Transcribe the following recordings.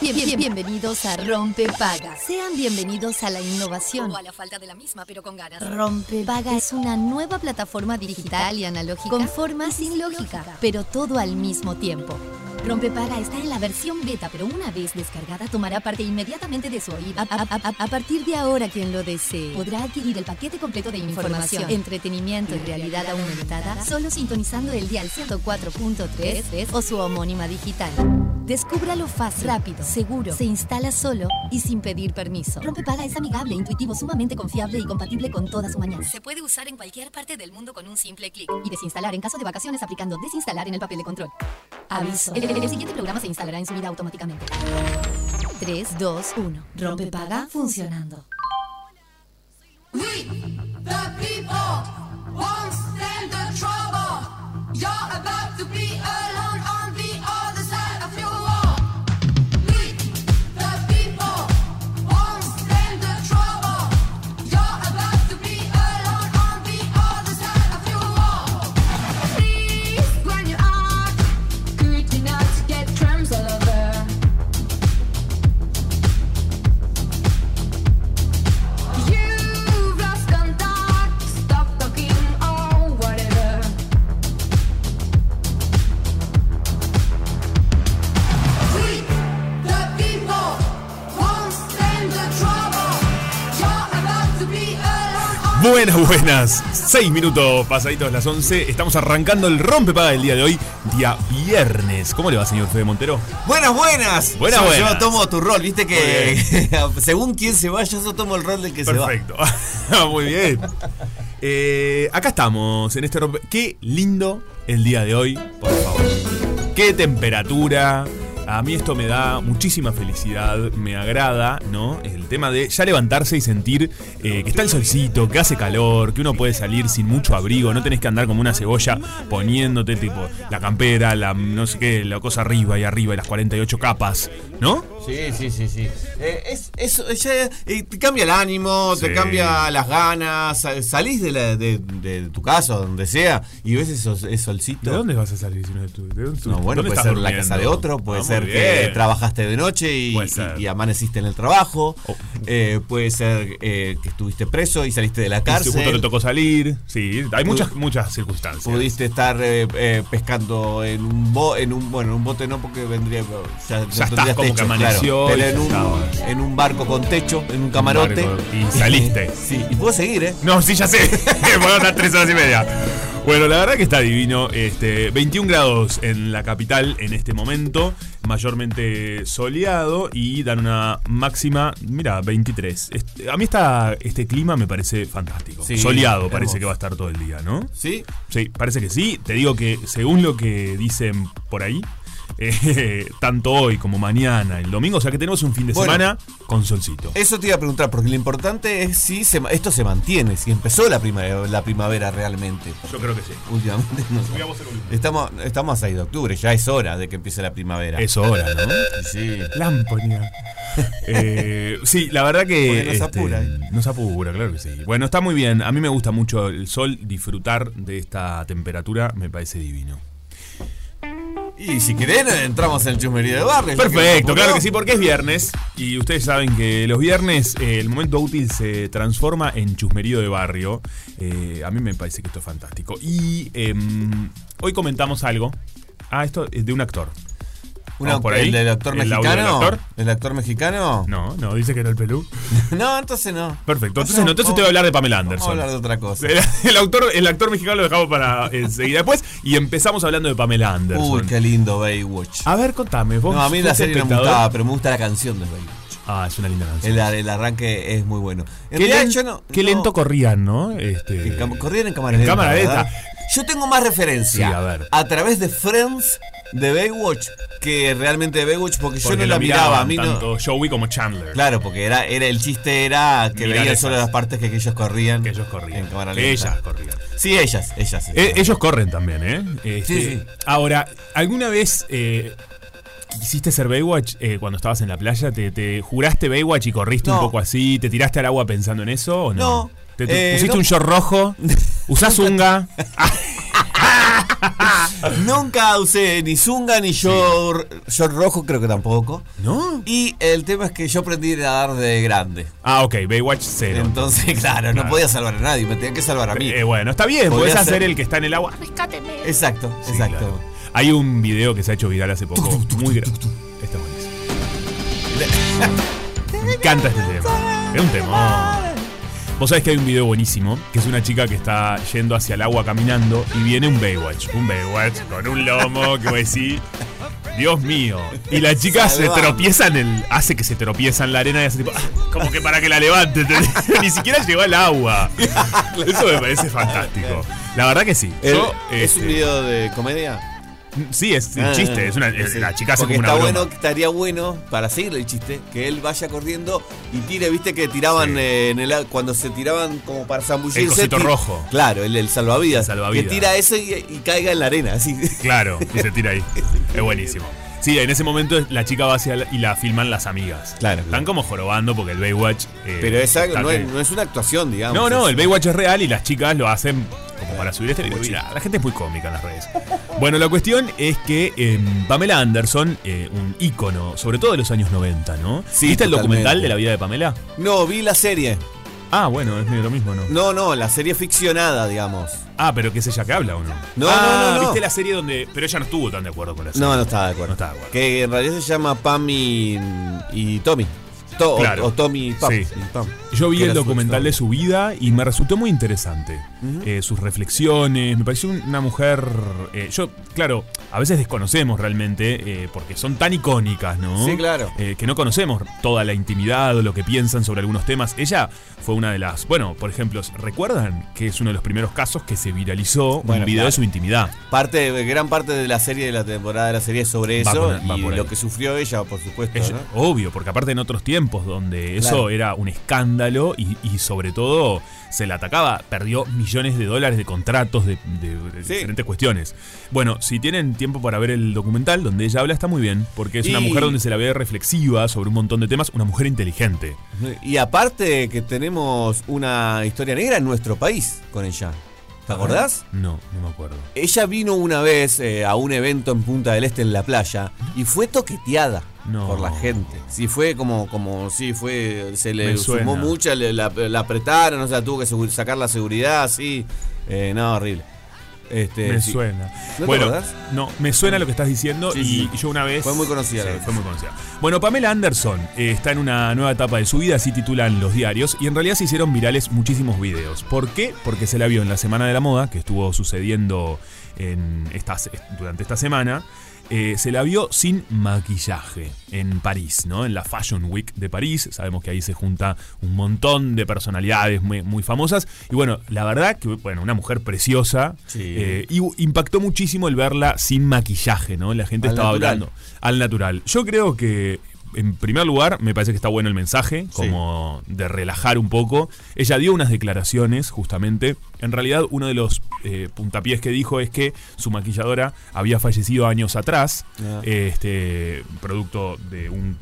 Bien- bien- bienvenidos a Rompe Paga. Sean bienvenidos a la innovación O a la falta de la misma, pero con ganas. Rompepaga es una nueva plataforma digital y analógica con forma sin lógica, pero todo al mismo tiempo. Rompepaga está en la versión beta, pero una vez descargada tomará parte inmediatamente de su oído. A, a- a- a partir de ahora, quien lo desee podrá adquirir el paquete completo de información, entretenimiento y realidad aumentada solo sintonizando el dial 104.3 o su homónima digital. Descúbralo fácil, rápido, seguro. Se instala solo y sin pedir permiso. Rompepaga es amigable, intuitivo, sumamente confiable y compatible con toda su mañana. Se puede usar en cualquier parte del mundo con un simple clic. Y desinstalar en caso de vacaciones aplicando desinstalar en el papel de control. Aviso. El, el- el siguiente programa se instalará en su vida automáticamente. 3, 2, 1. Rompepaga funcionando. We, the people, won't stand the trouble. You're about to be alone on the other side of your wall. We, the people, won't stand the trouble. You're about to be alone on the other side of your wall. Please, when you are, could you not get crumbs all over? You've lost contact. Stop talking or whatever. We, the people, won't stand the trouble. You're about to be alone. Buenas, buenas. Seis minutos pasaditos las 11. Estamos arrancando el rompepaga del día de hoy, día viernes. ¿Cómo le va, señor Fede Montero? Buenas, buenas. Buenas, Yo- buenas. Yo tomo tu rol, viste que según quién se va, yo solo tomo el rol del que Perfecto. Ah, Muy bien. Eh, acá estamos en este rompe. Qué lindo el día de hoy, por favor. Qué temperatura. A mí esto me da muchísima felicidad, me agrada, ¿no? El tema de ya levantarse y sentir eh, que está el solcito, que hace calor, que uno puede salir sin mucho abrigo, no tenés que andar como una cebolla poniéndote tipo la campera, la no sé qué, la cosa arriba y arriba y las 48 capas, ¿no? se va. Sí, sí, sí, sí. Eh, es, eso ya, eh, te cambia el ánimo, Sí. te cambia las ganas. sal- Salís de, la- de- de tu casa o donde sea y ves esos, esos solcito. vas a salir si no tú? ¿De dónde tú- No, bueno, dónde puede estás ser en la durmiendo? casa de otro, puede Ah, muy ser que bien. trabajaste de noche y, Puede ser. y- y amaneciste en el trabajo, Oh. eh, puede ser eh, que estuviste preso y saliste de la Y si cárcel. justo te tocó salir. Sí, hay Uh. muchas, muchas circunstancias. Pudiste estar eh, eh, pescando en un bo, en un bueno en un bote no porque vendría ya, no estás tendrías como que amaneció pero y en ya un, estabas. en un barco con techo en un camarote barco y saliste. sí y puedo seguir eh No, sí, ya sé. Voy a estar tres horas y media. Bueno, la verdad que está divino. Este, 21 grados en la capital en este momento, mayormente soleado y dan una máxima, mira, 23. Este, a mí está este clima me parece fantástico. Sí, soleado hermoso. parece que va a estar todo el día, ¿no? sí Sí, parece que sí. Te digo que según lo que dicen por ahí, eh, tanto hoy como mañana, el domingo, o sea que tenemos un fin de Bueno. semana con solcito. eso te iba a preguntar porque lo importante es si se ma- esto se mantiene si empezó la primavera la primavera realmente Yo creo que sí. últimamente no sé. estamos estamos a 6 de octubre ya es hora de que empiece la primavera Es hora, ¿no? sí Lámpara. Eh, sí, la verdad que. Porque este, nos apura, ¿eh? Nos apura, claro que sí. Bueno, está muy bien. A mí me gusta mucho el sol. Disfrutar de esta temperatura me parece divino. y si quieren entramos en el chusmerío de barrio Perfecto, claro que sí sí, porque es viernes. Y ustedes saben que los viernes eh, el momento útil se transforma en chusmerío de barrio. Eh, a mí me parece que esto es fantástico. Y em, hoy comentamos algo. Ah, esto es de un actor. Una- Vamos por ahí. ¿El del actor ¿El audio mexicano? del actor? ¿El actor mexicano? No, no, dice que era el pelú. No, entonces no. Perfecto, entonces no, entonces te voy a hablar de Pamela Vamos a Anderson. hablar de otra cosa. El, el autor, el actor mexicano lo dejamos para enseguida después. Y empezamos hablando de Pamela Anderson. Uy, qué lindo Baywatch. A ver, contame, vos. No, a mí la fuiste serie no me espectador. gustaba, pero me gusta la canción de Baywatch. Ah, es una linda canción. El, el arranque es muy bueno. En Qué, realidad len- yo no- qué no- lento corrían, ¿no? Este, en cam- corrían en cámara lenta. cámara lenta. ¿verdad? Yo tengo más referencia Sí, a ver. través de Friends de Baywatch que realmente de Baywatch porque, yo porque no lo la miraba. A miraban mí no. Tanto Joey como Chandler. Claro, porque era, era el chiste era que Mirar veían esas. solo las partes que ellos corrían. Que ellos En corrían. cámara Que lenta. ellas corrían. Sí, ellas, ellas. Eh, ellos corren también, ¿eh? Este, Sí, sí. Ahora, ¿alguna vez eh, quisiste ser Baywatch eh, cuando estabas en la playa? ¿Te, te juraste Baywatch y corriste un No. poco así? ¿Te tiraste al agua pensando en eso o no? No. ¿Te, te Eh, pusiste no. un short rojo? ¿Usás unga? Nunca usé ni zunga ni short, short rojo, creo que tampoco. ¿No? Y el tema es que yo aprendí a nadar de grande. Ah, ok, Baywatch cero. Entonces, claro, no Claro. podía salvar a nadie, me tenía que salvar a mí. Eh, bueno, está bien, Podría podés hacer ser- el que está en el agua. Exacto, Sí, exacto. claro. Hay un video que se ha hecho viral hace poco. muy grande. Está buenísimo. Me encanta este tema. Es un tema. Vos sabés que hay un video buenísimo, que es una chica que está yendo hacia el agua caminando y viene un Baywatch. Un Baywatch con un lomo que vos decís. Dios mío. Y la chica se Salvame. tropieza en el. hace que se tropieza en la arena y hace tipo. "Ah", como que para que la levante. ¿entendés? Ni siquiera llegó al agua. Eso me parece fantástico. La verdad que sí. Yo, El- ¿Es un este, video de comedia? Sí, es un Ah, chiste. Es una, sí, sí. La chica hace Porque como una está broma. bueno, estaría bueno, para seguir el chiste, que él vaya corriendo y tire, viste que tiraban Sí. eh, en el a- cuando se tiraban como para zambullirse. El cosito ti- rojo. Claro, el, el salvavidas. El salvavidas. Que tira eso y, y caiga en la arena, así. Claro, y se tira ahí. Es buenísimo. Sí, en ese momento la chica va hacia la- y la filman las amigas. Claro, Están claro. como jorobando porque el Baywatch. eh, Pero es algo, está no, es, que- no es una actuación, digamos. no, no, Es- el Baywatch es real y las chicas lo hacen como para subir este video. viral. La gente es muy cómica en las redes. Bueno, la cuestión es que eh, Pamela Anderson, eh, un ícono, sobre todo de los años 90, ¿no? Sí, ¿Viste el totalmente. documental de la vida de Pamela? No, vi la serie. Ah, bueno, es medio lo mismo, ¿no? No, no, la serie ficcionada, digamos. Ah, pero que es ella que habla o no. No, Ah, no, no, no. ¿Viste la serie donde.? Pero ella no estuvo tan de acuerdo con la serie. No, no estaba de acuerdo. No estaba de acuerdo. Que en realidad se llama Pam y, y Tommy. To- o- Claro. o, Tommy y Pam. Sí. Y Pam. Yo vi Que el era su documental de ex-novio. su vida y me resultó muy interesante. Ujú. Eh, sus reflexiones, me pareció un- una mujer... eh, yo, claro, a veces desconocemos realmente eh, porque son tan icónicas, ¿no? Sí, claro. Eh, que no conocemos toda la intimidad o lo que piensan sobre algunos temas. Ella fue una de las... Bueno, por ejemplo, ¿recuerdan que es uno de los primeros casos que se viralizó un Bueno, video de claro. su intimidad? Parte, gran parte de la serie, de la temporada de la serie es sobre Va eso por- va y por ahí. lo que sufrió ella, por supuesto. Es- ¿no? Obvio, porque aparte en otros tiempos donde eso Claro. era un escándalo y, y sobre todo se la atacaba, perdió millones de dólares de contratos, de, de- de Sí. diferentes cuestiones. Bueno, si tienen tiempo para ver el documental donde ella habla, está muy bien, porque es una Y- mujer donde se la ve reflexiva sobre un montón de temas, una mujer inteligente. Y aparte que tenemos una historia negra en nuestro país con ella. ¿Te acordás? No, no me acuerdo. Ella vino una vez eh, a un evento en Punta del Este en la playa y fue toqueteada No. por la gente. Sí, fue como, como, sí, fue, se Me le suena. sumó mucha, le- la, la apretaron, o sea, tuvo que segu- sacar la seguridad, sí. Eh, no, horrible. Este, me sí. suena. ¿No te bueno, acordás? no, me suena lo que estás diciendo Sí, y sí. y yo una vez. Fue muy conocida Sí, la vez. fue muy conocida. Bueno, Pamela Anderson eh, está en una nueva etapa de su vida, así titulan los diarios, y en realidad se hicieron virales muchísimos videos. ¿Por qué? Porque se la vio en la Semana de la Moda, que estuvo sucediendo en estas- durante esta semana. eh, se la vio sin maquillaje en París, ¿no? En la Fashion Week de París. Sabemos que ahí se junta un montón de personalidades muy, muy famosas. Y bueno, la verdad que, bueno, una mujer preciosa. Sí. eh, y impactó muchísimo el verla sin maquillaje, ¿no? La gente Al estaba natural. hablando al natural. Yo creo que, en primer lugar, me parece que está bueno el mensaje, como de relajar un poco. Ella dio unas declaraciones, justamente. En realidad, uno de los eh, puntapiés que dijo es que su maquilladora había fallecido años atrás, Ah. este, producto de un-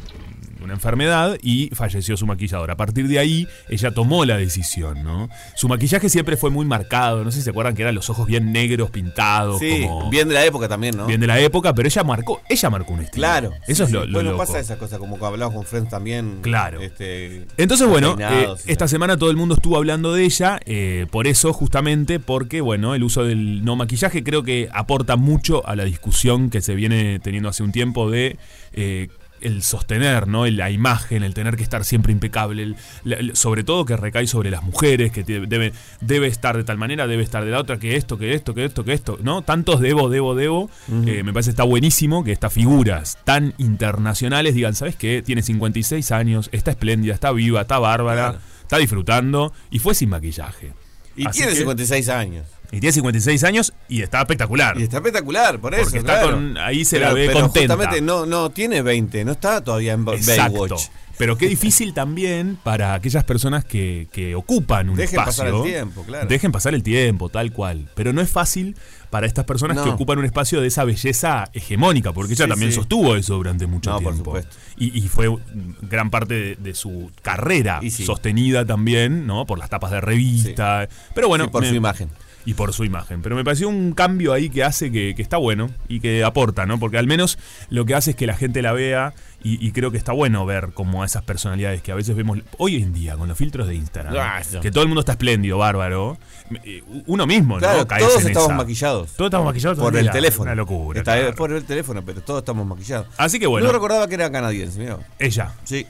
una enfermedad y falleció su maquilladora. A partir de ahí, ella tomó la decisión, ¿no? Su maquillaje siempre fue muy marcado, no sé si se acuerdan que eran los ojos bien negros, pintados, Sí, como bien de la época también, ¿no? bien de la época, pero ella marcó, ella marcó un estilo. Claro. Eso es Sí, lo, sí. lo bueno, loco. pasa esa cosa, como que hablamos con Friends también. Claro. Este, Entonces, bueno, peinados eh, y esta tal. semana todo el mundo estuvo hablando de ella, eh, por eso, justamente, porque, bueno, el uso del no maquillaje creo que aporta mucho a la discusión que se viene teniendo hace un tiempo de. eh, el sostener, ¿no? El- La imagen, el tener que estar siempre impecable, el- la- el- sobre todo que recae sobre las mujeres, que te- debe, debe estar de tal manera, debe estar de la otra, que esto, que esto, que esto, que esto, ¿no? Tantos debo, debo, debo. Eh, me parece está buenísimo que estas figuras tan internacionales digan, ¿sabes qué? Tiene 56 años, está espléndida, está viva, está bárbara, Claro. está disfrutando y fue sin maquillaje. Y Así tiene que- 56 años. y tiene 56 años y está espectacular. Y está espectacular, por eso. Porque está claro. con- ahí se la ve contenta. Justamente no, no tiene 20, no está todavía en Ba- Exacto. Baywatch. Pero qué difícil también para aquellas personas que, que ocupan un Dejen espacio. pasar el tiempo, claro. Dejen pasar el tiempo, tal cual. Pero no es fácil para estas personas que No. ocupan un espacio de esa belleza hegemónica, porque ella Sí, también sí. sostuvo eso durante mucho No, por tiempo. supuesto. Y, y fue gran parte de, de su carrera Y sí. sostenida también, ¿no? Por las tapas de revista. Pero bueno. Sí, por me- su imagen. y por su imagen. Pero me pareció un cambio ahí que hace que, que está bueno y que aporta, ¿no? Porque al menos lo que hace es que la gente la vea y, y creo que está bueno ver como a esas personalidades que a veces vemos hoy en día con los filtros de Instagram. Ah, eso. Que todo el mundo está espléndido, bárbaro. Eh, Uno mismo, Claro, ¿no? Caes todos en estamos esa. maquillados. Todos estamos maquillados todo Por día. el teléfono. Una locura. Está- claro. Por el teléfono, pero todos estamos maquillados. Así que bueno, No recordaba que era canadiense, mira. ella Sí.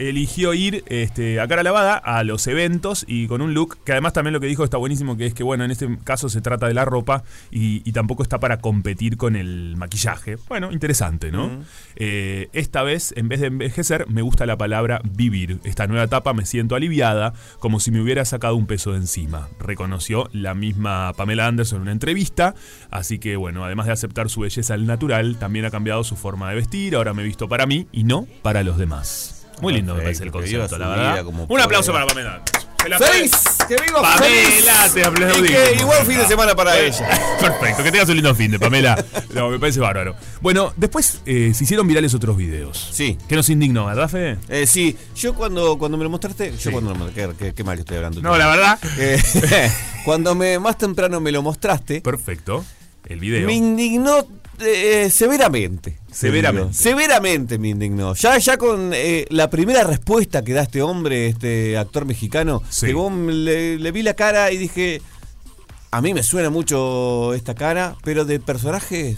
eligió ir este, a cara lavada a los eventos y con un look que además también lo que dijo está buenísimo que es que bueno en este caso se trata de la ropa y, y tampoco está para competir con el maquillaje bueno interesante Mm. no Eh, esta vez en vez de envejecer me gusta la palabra vivir esta nueva etapa me siento aliviada como si me hubiera sacado un peso de encima reconoció la misma Pamela Anderson en una entrevista así que bueno además de aceptar su belleza al natural también ha cambiado su forma de vestir ahora me he visto para mí y no para los demás muy lindo me parece el Perfecto, que viva concepto, la su vida verdad. como Un aplauso pueda. para Pamela. Se la ¡Feliz! ¡Que viva Pamela, feliz! te aplaudimos. Y que igual fin de semana para ella. Perfecto, que tengas un lindo fin de Pamela. No, me parece bárbaro. Bueno, después eh, se hicieron virales otros videos. Sí. Que nos indignó, ¿verdad, Fede? Eh, sí, yo cuando, cuando me lo mostraste, yo cuando me lo qué, qué- qué mal que estoy hablando. No, la verdad. Eh, cuando me, más temprano me lo mostraste, Perfecto. El video. me indignó eh, severamente. Severamente. Severamente me indignó. Ya, ya con eh, la primera respuesta que da este hombre, este actor mexicano, Sí. que vos le, le vi la cara y dije, a mí me suena mucho esta cara, pero de personajes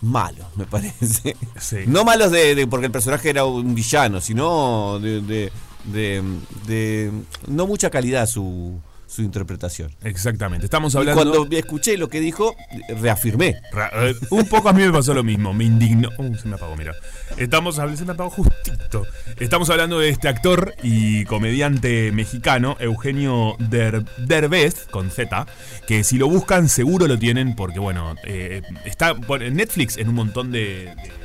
malos, me parece. Sí. No malos de, de- porque el personaje era un villano, sino de, de- de- de- no mucha calidad su, su interpretación. Exactamente. Estamos Y hablando. cuando escuché lo que dijo, reafirmé. Ra- eh, Un poco a mí me pasó lo mismo, me indignó. Uh, se me apagó, mira. Estamos hab- se me apagó justito. Estamos hablando de este actor y comediante mexicano, Eugenio Der- Derbez, con Z, que si lo buscan seguro lo tienen porque, bueno, eh, está por- en Netflix en un montón de- de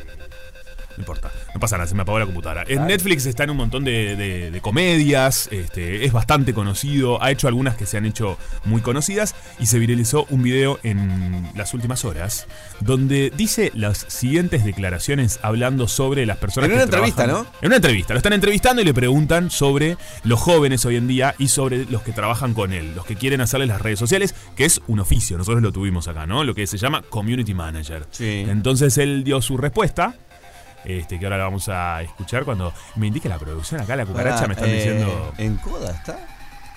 no importa, no pasa nada, se me apagó la computadora. En Netflix está en un montón de, de- de comedias, este, es bastante conocido, ha hecho algunas que se han hecho muy conocidas y se viralizó un video en las últimas horas donde dice las siguientes declaraciones hablando sobre las personas En que una entrevista, trabajan- ¿no? En una entrevista, lo están entrevistando y le preguntan sobre los jóvenes hoy en día y sobre los que trabajan con él, los que quieren hacerles las redes sociales, que es un oficio, nosotros lo tuvimos acá, ¿no? Lo que se llama community manager. Sí. Entonces él dio su respuesta, este, que ahora la vamos a escuchar cuando me indique la producción. Acá la Pará, cucaracha me están eh, diciendo. ¿En Coda está?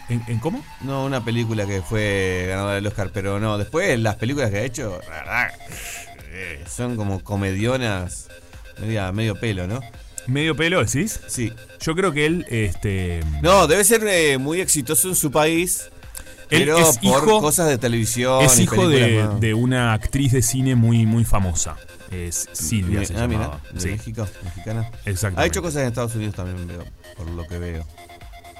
¿En, en cómo? No, una película que fue ganadora del Oscar, pero no. Después, las películas que ha hecho, la verdad, eh, son como comedionas, media, medio pelo, ¿no? ¿Medio pelo decís? Sí. Yo creo que él. Este, No, debe ser eh, muy exitoso en su país, Él pero es por hijo- cosas de televisión. es y hijo de, películas más. de una actriz de cine muy, muy famosa. Es Silvia, Mi- se ah, mira, llamaba. de Sí, México, mexicana. exactamente. Ha hecho cosas en Estados Unidos también, veo, por lo que veo.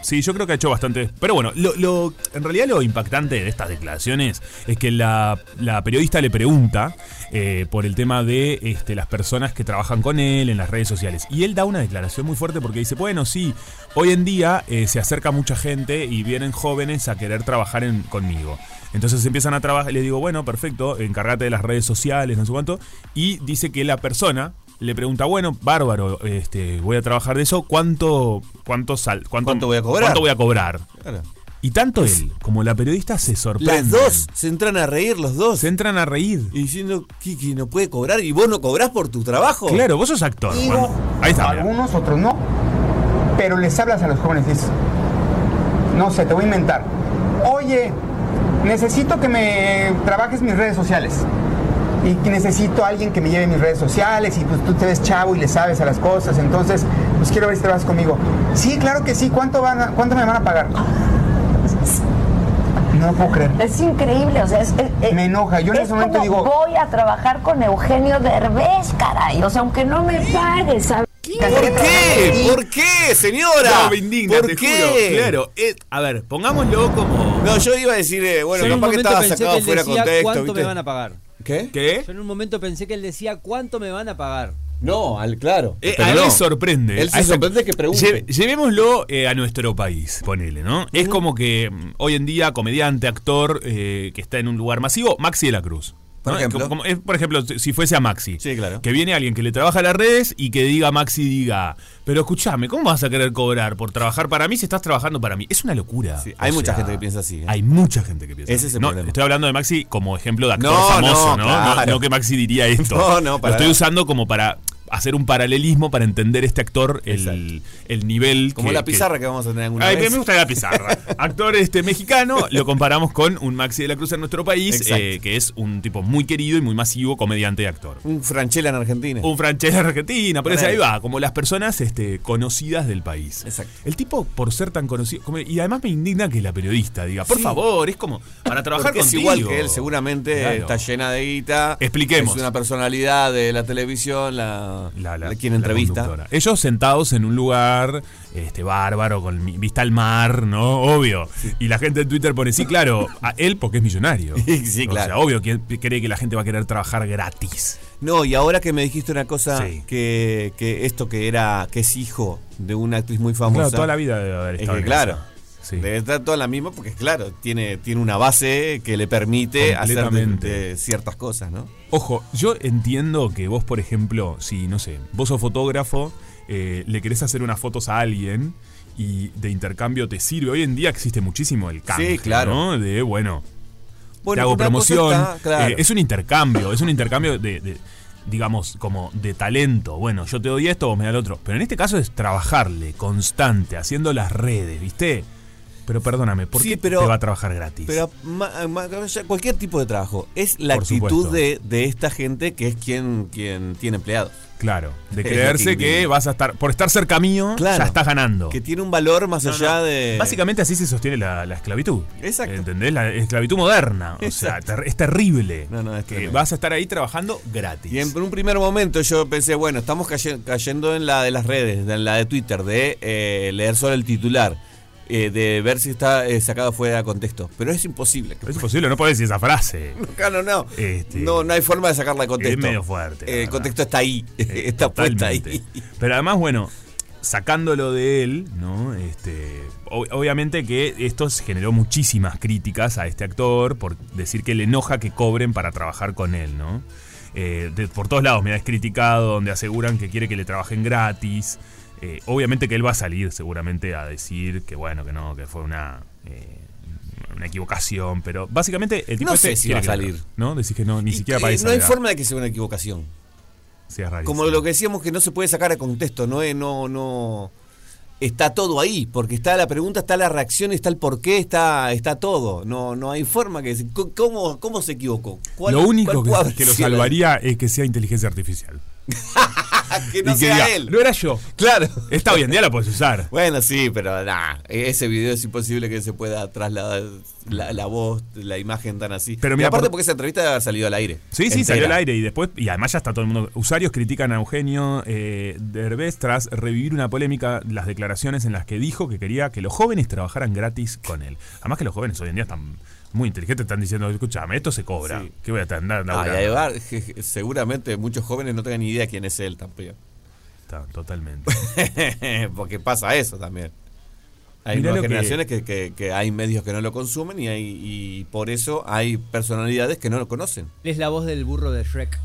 Sí, yo creo que ha hecho bastante. Pero bueno, lo, lo- en realidad lo impactante de estas declaraciones es que la, la periodista le pregunta eh, por el tema de este, las personas que trabajan con él en las redes sociales. Y él da una declaración muy fuerte porque dice, bueno, sí, hoy en día eh, se acerca mucha gente y vienen jóvenes a querer trabajar en- conmigo. Entonces empiezan a trabajar y le digo, bueno, perfecto, encárgate de las redes sociales, no sé cuánto. Y dice que la persona... Le pregunta, bueno, bárbaro, este, voy a trabajar de eso, ¿cuánto, cuánto, sal, cuánto ¿Cuánto voy a cobrar? ¿Cuánto voy a cobrar? Claro. Y tanto él como la periodista se Las sorprenden. dos se entran a reír, los dos. se entran a reír. Y diciendo, Kiki no puede cobrar y vos no cobrás por tu trabajo. Claro, vos sos actor. Digo, Juan. Ahí está. mirá. Algunos, otros no. Pero les hablas a los jóvenes y dices, no sé, te voy a inventar. Oye, necesito que me trabajes mis redes sociales. Y que necesito a alguien que me lleve mis redes sociales. Y pues tú te ves chavo y le sabes a las cosas. Entonces, pues quiero ver si trabajas conmigo. Sí, claro que sí. ¿Cuánto, van a- cuánto me van a pagar? No puedo creer. Es increíble, o sea, es, es- es- Me enoja, yo en es ese momento como, digo- voy a trabajar con Eugenio Derbez, caray, o sea, aunque no me pague, ¿sabes? ¿Por qué? ¿Por qué, señora? No, me indigna, ¿Por te qué? juro. Claro. eh, a ver, pongámoslo como. No, yo iba a decir, eh, bueno, Yo en un capaz que momento estaba pensé sacado que él fuera de decía contexto, cuánto ¿viste? me van a pagar. ¿Qué? ¿Qué? Yo en un momento pensé que él decía cuánto me van a pagar. No, al claro. Eh, Pero a él no. le sorprende. Él se A esa- sorprende que pregunte. Lle- llevémoslo eh, a nuestro país, ponele, ¿no? Es como que mm, hoy en día, comediante, actor, eh, que está en un lugar masivo, Maxi de la Cruz. Por ¿no? ejemplo. Como- como es, por ejemplo, si- si fuese a Maxi. Sí, claro. Que viene alguien que le trabaja las redes y que diga, Maxi diga, pero escúchame, ¿cómo vas a querer cobrar por trabajar para mí si estás trabajando para mí? Es una locura. Sí, hay mucha gente que piensa así, ¿eh? Hay mucha gente que piensa Ese es así. el No, problema. Estoy hablando de Maxi como ejemplo de actor No, famoso, no, ¿no? claro. No que Maxi diría esto. No, no, para Lo estoy nada. usando como para hacer un paralelismo para entender este actor, el, Exacto. el nivel. Como que- la que- pizarra que vamos a tener alguna Ay, vez. me gusta la pizarra. Actor este mexicano, lo comparamos con un Maxi de la Cruz en nuestro país, Exacto. eh, que es un tipo muy querido y muy masivo, comediante y actor. Un franchela en Argentina. Un francés de Argentina, pero Ponele. ahí va, como las personas este, conocidas del país. Exacto. El tipo, por ser tan conocido, como- y además me indigna que la periodista diga, por Sí. favor, es como para trabajar Porque es contigo. igual que él, seguramente Claro. está llena de guita. Expliquemos. Es una personalidad de la televisión, la, La, la- la quien la entrevista. conductora. Ellos sentados en un lugar este bárbaro, con mi- vista al mar, ¿no? Obvio. Y la gente en Twitter pone, sí, claro, a él porque es millonario. Sí, sí, O sea, claro. obvio que cree que la gente va a querer trabajar gratis. No, y ahora que me dijiste una cosa, Sí. que, que esto que era, que es hijo de una actriz muy famosa. Claro, toda la vida debe haber Es estado que en claro. eso. Sí. Debe estar toda la misma porque, claro, tiene, tiene una base que le permite hacer de- Completamente. de ciertas cosas, ¿no? Ojo, yo entiendo que vos, por ejemplo, si, no sé, vos sos fotógrafo, eh, le querés hacer unas fotos a alguien y de intercambio te sirve. Hoy en día existe muchísimo el canje, Sí, claro. ¿no? De, bueno, Bueno, te hago una cosa promoción. está- claro. Eh, es un intercambio, es un intercambio de, de, digamos, como de talento. Bueno, yo te doy esto, vos me das lo otro. Pero en este caso es trabajarle constante, haciendo las redes, ¿viste? Pero perdóname, ¿por Sí, qué pero- te va a trabajar gratis? Pero ma- ma- ya cualquier tipo de trabajo. Es la Por actitud supuesto. de, de esta gente que es quien, quien tiene empleados. claro, de Es lo creerse que que digo. vas a estar, por estar cerca mío, Claro. ya estás ganando. Que tiene un valor más No, allá no. de. Básicamente así se sostiene la, la esclavitud. Exacto. ¿Entendés? La esclavitud moderna. O sea, Exacto. ter- es terrible. No, no, es que tremendo. vas a estar ahí trabajando gratis. Y en un primer momento yo pensé, bueno, estamos caye- cayendo en la de las redes, en la de Twitter, de eh, leer solo el titular, eh, de ver si está eh, sacado fuera de contexto. Pero es imposible. Pero es imposible, no podés decir esa frase. Acá no, no. Este- no. No hay forma de sacarla de contexto. Es medio fuerte, la Eh, El verdad. contexto está ahí. Eh, está puesta ahí. totalmente. Pero además, bueno, sacándolo de él, ¿no? Este, ob- obviamente que esto generó muchísimas críticas a este actor por decir que le enoja que cobren para trabajar con él, ¿no? Eh, de- por todos lados me es criticado, donde aseguran que quiere que le trabajen gratis. Eh, obviamente que él va a salir seguramente a decir que bueno, que no, que fue una, eh, una equivocación, pero básicamente el tipo No este sé si quiere va a que- salir. ¿No? Decís que no, ni Y siquiera que para Eh, No hay forma de que sea una equivocación. Como lo que decíamos que no se puede sacar a contexto, no es, no, no. Está todo ahí, porque está la pregunta, está la reacción, está el porqué, está, está todo. No, no hay forma que co- cómo, cómo se equivocó. ¿Cuál- Lo único cuál que, puede que haber lo sido la- salvaría es que sea inteligencia artificial. que no y que sea diga, él. no era yo. Claro. Esta hoy en día la puedes usar. Bueno, sí, pero nah, e-, ese video es imposible que se pueda trasladar la, la voz, la imagen tan así. Pero Y mira, aparte por- porque esa entrevista debe haber salido al aire. Sí, sí, Entera. salió al aire y después, y además ya está todo el mundo. Usuarios critican a Eugenio eh, Derbez tras revivir una polémica, las declaraciones en las que dijo que quería que los jóvenes trabajaran gratis con él. Además que los jóvenes hoy en día están muy inteligentes, están diciendo, escúchame, esto se cobra, Sí. que voy a andar Ah, y laburando?". ahí va, je- je- seguramente muchos jóvenes no tengan ni idea quién es él tampoco. Está, Totalmente. Porque pasa eso también. Hay Mirá nuevas lo que- generaciones que, que- que hay medios que no lo consumen y, hay, y por eso hay personalidades que no lo conocen. Él es la voz del burro de Shrek.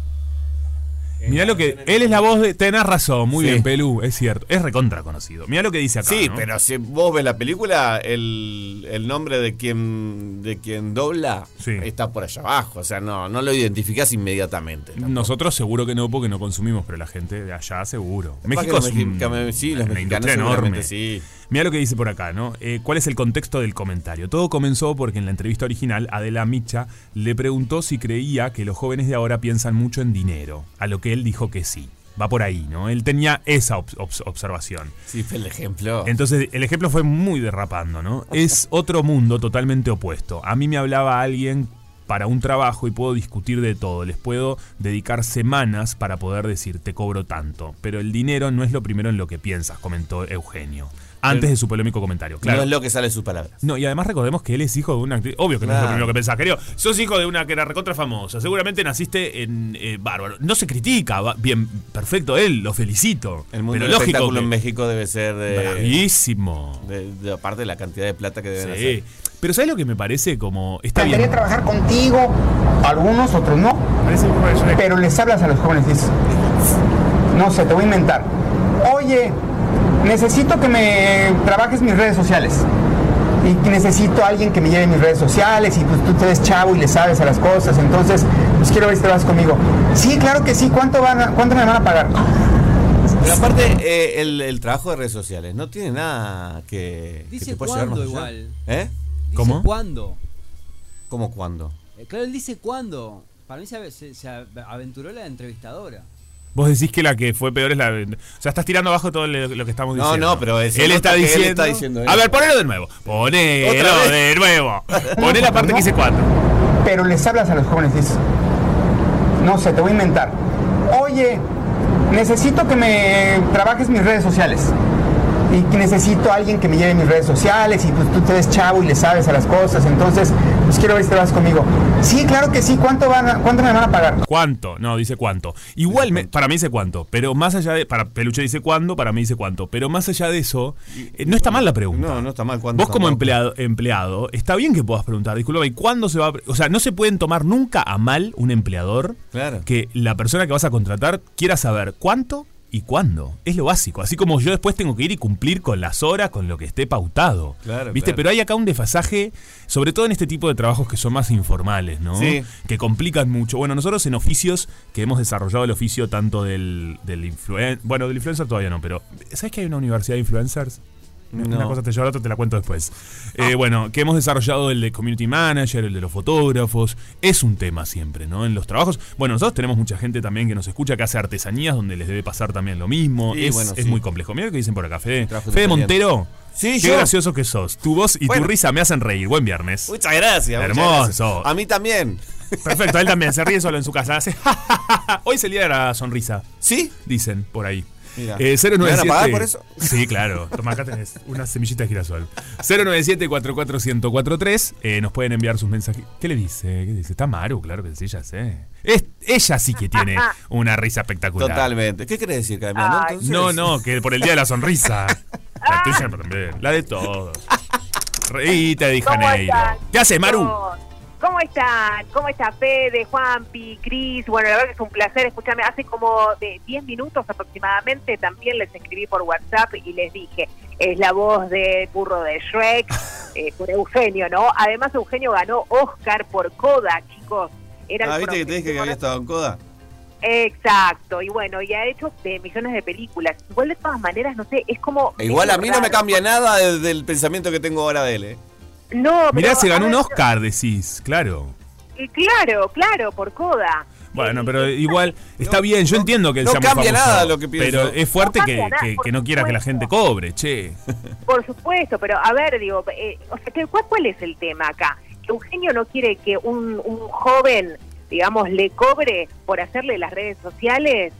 Mirá lo que. Él es la voz de. Tenés razón, muy Sí. bien, Pelú, es cierto. Es recontra conocido. Mirá lo que dice acá. sí, ¿no? pero si vos ves la película, el, el nombre de quien, de quien dobla Sí. está por allá abajo. O sea, no, no lo identificás inmediatamente. tampoco. Nosotros seguro que no, porque no consumimos, pero la gente de allá seguro. Capaz que México los es un- mexicanos- sí, los una mexicanos industria enorme. seguramente sí. Mira lo que dice por acá, ¿no? Eh, ¿Cuál es el contexto del comentario? Todo comenzó porque en la entrevista original, Adela Micha le preguntó si creía que los jóvenes de ahora piensan mucho en dinero, a lo que él dijo que sí. Va por ahí, ¿no? Él tenía esa obs- obs- observación. Sí, fue el ejemplo. Entonces, el ejemplo fue muy derrapando, ¿no? Es otro mundo totalmente opuesto. A mí me hablaba alguien para un trabajo y puedo discutir de todo. Les puedo dedicar semanas para poder decir, te cobro tanto. Pero el dinero no es lo primero en lo que piensas, comentó Eugenio. antes de su polémico comentario. Claro. No es lo que sale de sus palabras. No, y además recordemos que él es hijo de una actriz. Obvio que no es lo Claro. primero que pensás, querido. Sos hijo de una que era recontra famosa. Seguramente naciste en eh, Bárbaro. No se critica. va- Bien, perfecto él, lo felicito. El mundo Pero del lógico. espectáculo que- en México debe ser de, Bravísimo. de- de- aparte de la cantidad de plata que deben Sí. hacer. Pero ¿sabes lo que me parece? Como. Está Encantaría bien. trabajar contigo, algunos, otros no. Pero les hablas a los jóvenes, dices, no sé, te voy a inventar. Oye, necesito que me trabajes mis redes sociales. Y que necesito a alguien que me lleve mis redes sociales. Y pues tú te ves chavo y le sabes a las cosas. Entonces, pues quiero ver si te vas conmigo. Sí, claro que sí. ¿Cuánto, van a- cuánto me van a pagar? Pero aparte, eh, el, el trabajo de redes sociales no tiene nada que, que Dice te pueda llevar más cuándo allá. igual. ¿Eh? Dice ¿Cómo? ¿Cuándo? ¿Cómo cuándo? Eh, Claro, él dice cuándo. Para mí se, ave- se- se aventuró la entrevistadora. Vos decís que la que fue peor es la. O sea, estás tirando abajo todo lo lo que estamos No, diciendo. no, pero eso él no está, está- que él diciendo, está diciendo A eso. ver, ponelo de nuevo. Ponelo Otra vez. de nuevo. Poné la porque parte no. que hice cuatro. Pero les hablas a los jóvenes, dices, no sé, te voy a inventar. Oye, necesito que me trabajes mis redes sociales. Y que necesito a alguien que me lleve mis redes sociales. Y pues tú te ves chavo y le sabes a las cosas. Entonces, pues quiero ver si te vas conmigo. Sí, claro que sí. ¿Cuánto, van a- cuánto me van a pagar? ¿Cuánto? No, dice cuánto. Igual, me- para mí dice cuánto. Pero más allá de. Para Peluche dice cuándo, para mí dice cuánto. Pero más allá de eso, eh, no está mal la pregunta. No, no está mal. ¿cuándo Vos como tampoco? empleado, empleado, está bien que puedas preguntar, disculpa, ¿y cuándo se va a...? pre- O sea, no se pueden tomar nunca a mal un empleador Claro. que la persona que vas a contratar quiera saber cuánto y cuándo. Es lo básico. Así como yo después tengo que ir y cumplir con las horas, con lo que esté pautado. Claro, ¿Viste? claro. Pero hay acá un desfasaje, sobre todo en este tipo de trabajos que son más informales, ¿no? Sí. Que complican mucho. Bueno, nosotros en oficios que hemos desarrollado el oficio tanto del, del influen- Bueno, del influencer todavía no, pero ¿sabes que hay una universidad de influencers? Una No. cosa te lleva a la otra, te la cuento después. Eh, bueno, que hemos desarrollado el de community manager, el de los fotógrafos. Es un tema siempre, ¿no? En los trabajos. Bueno, nosotros tenemos mucha gente también que nos escucha que hace artesanías donde les debe pasar también lo mismo. Y es bueno, es sí. muy complejo. Mira lo que dicen por acá, Fede. Trabajo Fede italiano. Montero. Sí, Qué yo. gracioso que sos. Tu voz y Bueno. tu risa me hacen reír. Buen viernes. Muchas gracias. muchas Hermoso. gracias. A mí también. Ah, Perfecto, él también se ríe solo en su casa. Hace Ah, Hoy es el día de la sonrisa. ¿Sí? Dicen por ahí. Mira. Eh, 097. ¿Me van a pagar por eso? Sí, claro. Toma, acá tenés una semillita de girasol. 097-44143. Eh, nos pueden enviar sus mensajes. ¿Qué le dice? ¿Qué dice? Está Maru, claro que sí, ya sé. Es- ella sí que tiene una risa espectacular. Totalmente. ¿Qué querés decir, Carmina? ¿No? Ay. Entonces- No, no, que por el día de la sonrisa. La tuya también. La de todos. Reíta de ¿Cómo Janeiro. están, ¿Qué haces, Maru? ¿Cómo están? ¿Cómo está Pede, Juanpi, Cris? Bueno, la verdad que es un placer escucharme. Hace como de 10 minutos aproximadamente también les escribí por WhatsApp y les dije, es la voz de Burro de Shrek, eh, por Eugenio, ¿no? Además Eugenio ganó Oscar por Coda, chicos. Era el Ah, ¿viste que te dije que había profesor- estado en Coda? Exacto, y bueno, y ha hecho de millones de películas. Igual de todas maneras, no sé, es como... E Igual a mí no me raro. cambia nada de- del pensamiento que tengo ahora de él, ¿eh? No, Mirá, pero, se a ganó un ver, Oscar, decís. Claro. Y claro, claro, por coda. Bueno, Eh, pero igual está No, bien, yo no- entiendo que él no sea muy cambia famoso, nada lo que pienso. Pero es fuerte No que, cambia nada, que- por que no quiera que la supuesto. gente cobre, che. Por supuesto, pero a ver, digo, eh, o sea, ¿cuál, ¿cuál es el tema acá? Que Eugenio no quiere que un, un joven, digamos, le cobre por hacerle las redes sociales.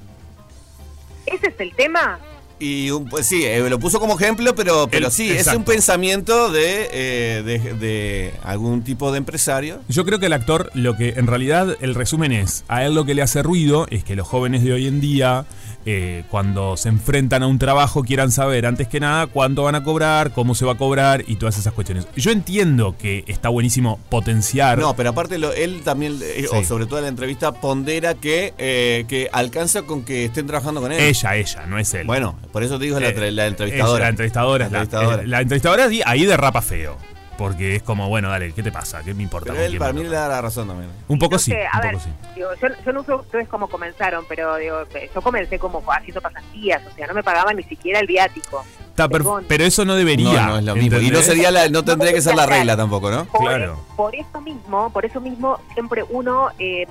¿Ese es el tema? Y un, pues sí, eh, lo puso como ejemplo, pero, pero El- sí, es exacto. un pensamiento de, eh, de, de algún tipo de empresario. Yo creo que el actor, lo que en realidad el resumen es, a él lo que le hace ruido es que los jóvenes de hoy en día, eh, cuando se enfrentan a un trabajo, quieran saber antes que nada cuánto van a cobrar, cómo se va a cobrar y todas esas cuestiones. Yo entiendo que está buenísimo potenciar. No, pero aparte lo- él también, eh, Sí. o sobre todo en la entrevista, pondera que, eh, que alcanza con que estén trabajando con él. ella, ella, no es él. Bueno, por eso te digo la, Eh, tra- la es entrevistadora. La entrevistadora. es La La entrevistadora. es la entrevistadora y ahí derrapa feo. Porque es como, bueno, dale, ¿qué te pasa? ¿Qué me importa? Pero con él quién para me mí le toca? da la razón también. Un poco No sí, sé, un a ver, poco sí. digo, yo, yo no sé ustedes cómo comenzaron, pero digo, yo comencé como haciendo pasantías, o sea, no me pagaban ni siquiera el viático. Está perf- Perdón. pero eso no debería. No, no es lo mismo. Y no ¿entendés? sería la, no tendría que ser la Claro. regla tampoco, ¿no? Por, Claro. por eso mismo, por eso mismo siempre uno eh,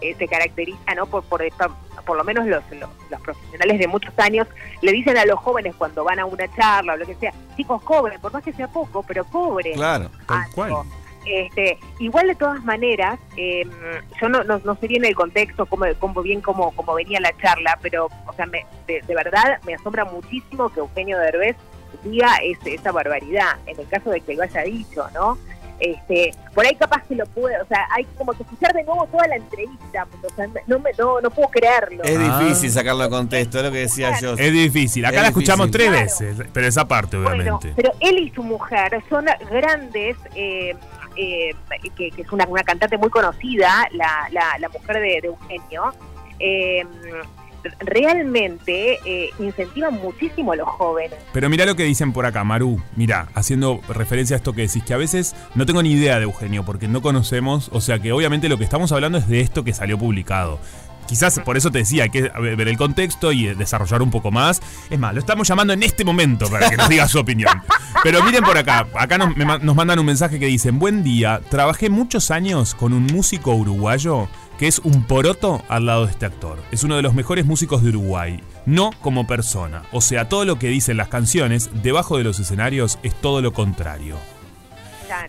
eh, se caracteriza, ¿no? Por, por, esta- por lo menos los, los, los profesionales de muchos años le dicen a los jóvenes cuando van a una charla o lo que sea, chicos, cobren, por más que sea poco, pero cobren. Claro. Tal algo". cual. Este, igual de todas maneras, eh, yo no, no, no sé bien el contexto, cómo, cómo bien cómo, cómo venía la charla, pero o sea, me- de, de verdad me asombra muchísimo que Eugenio Derbez diga es- esa barbaridad, en el caso de que lo haya dicho, ¿no? Este, por ahí capaz que lo puede, o sea, hay como que escuchar de nuevo toda la entrevista, porque, o sea, no, me, no, no puedo creerlo. Es Ah. difícil sacarlo de contexto, es lo que decía yo. Es difícil. Acá Es la escuchamos difícil. tres veces, pero esa parte, Bueno, obviamente. pero él y su mujer son grandes, eh, eh, que, que es una, una cantante muy conocida, la, la, la mujer de, de Eugenio. eh, realmente eh, incentivan muchísimo a los jóvenes. Pero mirá lo que dicen por acá, Maru. Mirá, haciendo referencia a esto que decís, que a veces no tengo ni idea de Eugenio, porque no conocemos, o sea que obviamente lo que estamos hablando es de esto que salió publicado. Quizás por eso te decía, hay que ver el contexto y desarrollar un poco más. Es más, lo estamos llamando en este momento para que nos diga su opinión. Pero miren por acá, acá nos, me ma- nos mandan un mensaje que dicen, buen día, trabajé muchos años con un músico uruguayo que es un poroto al lado de este actor. Es uno de los mejores músicos de Uruguay, no como persona. O sea, todo lo que dicen las canciones debajo de los escenarios es todo lo contrario.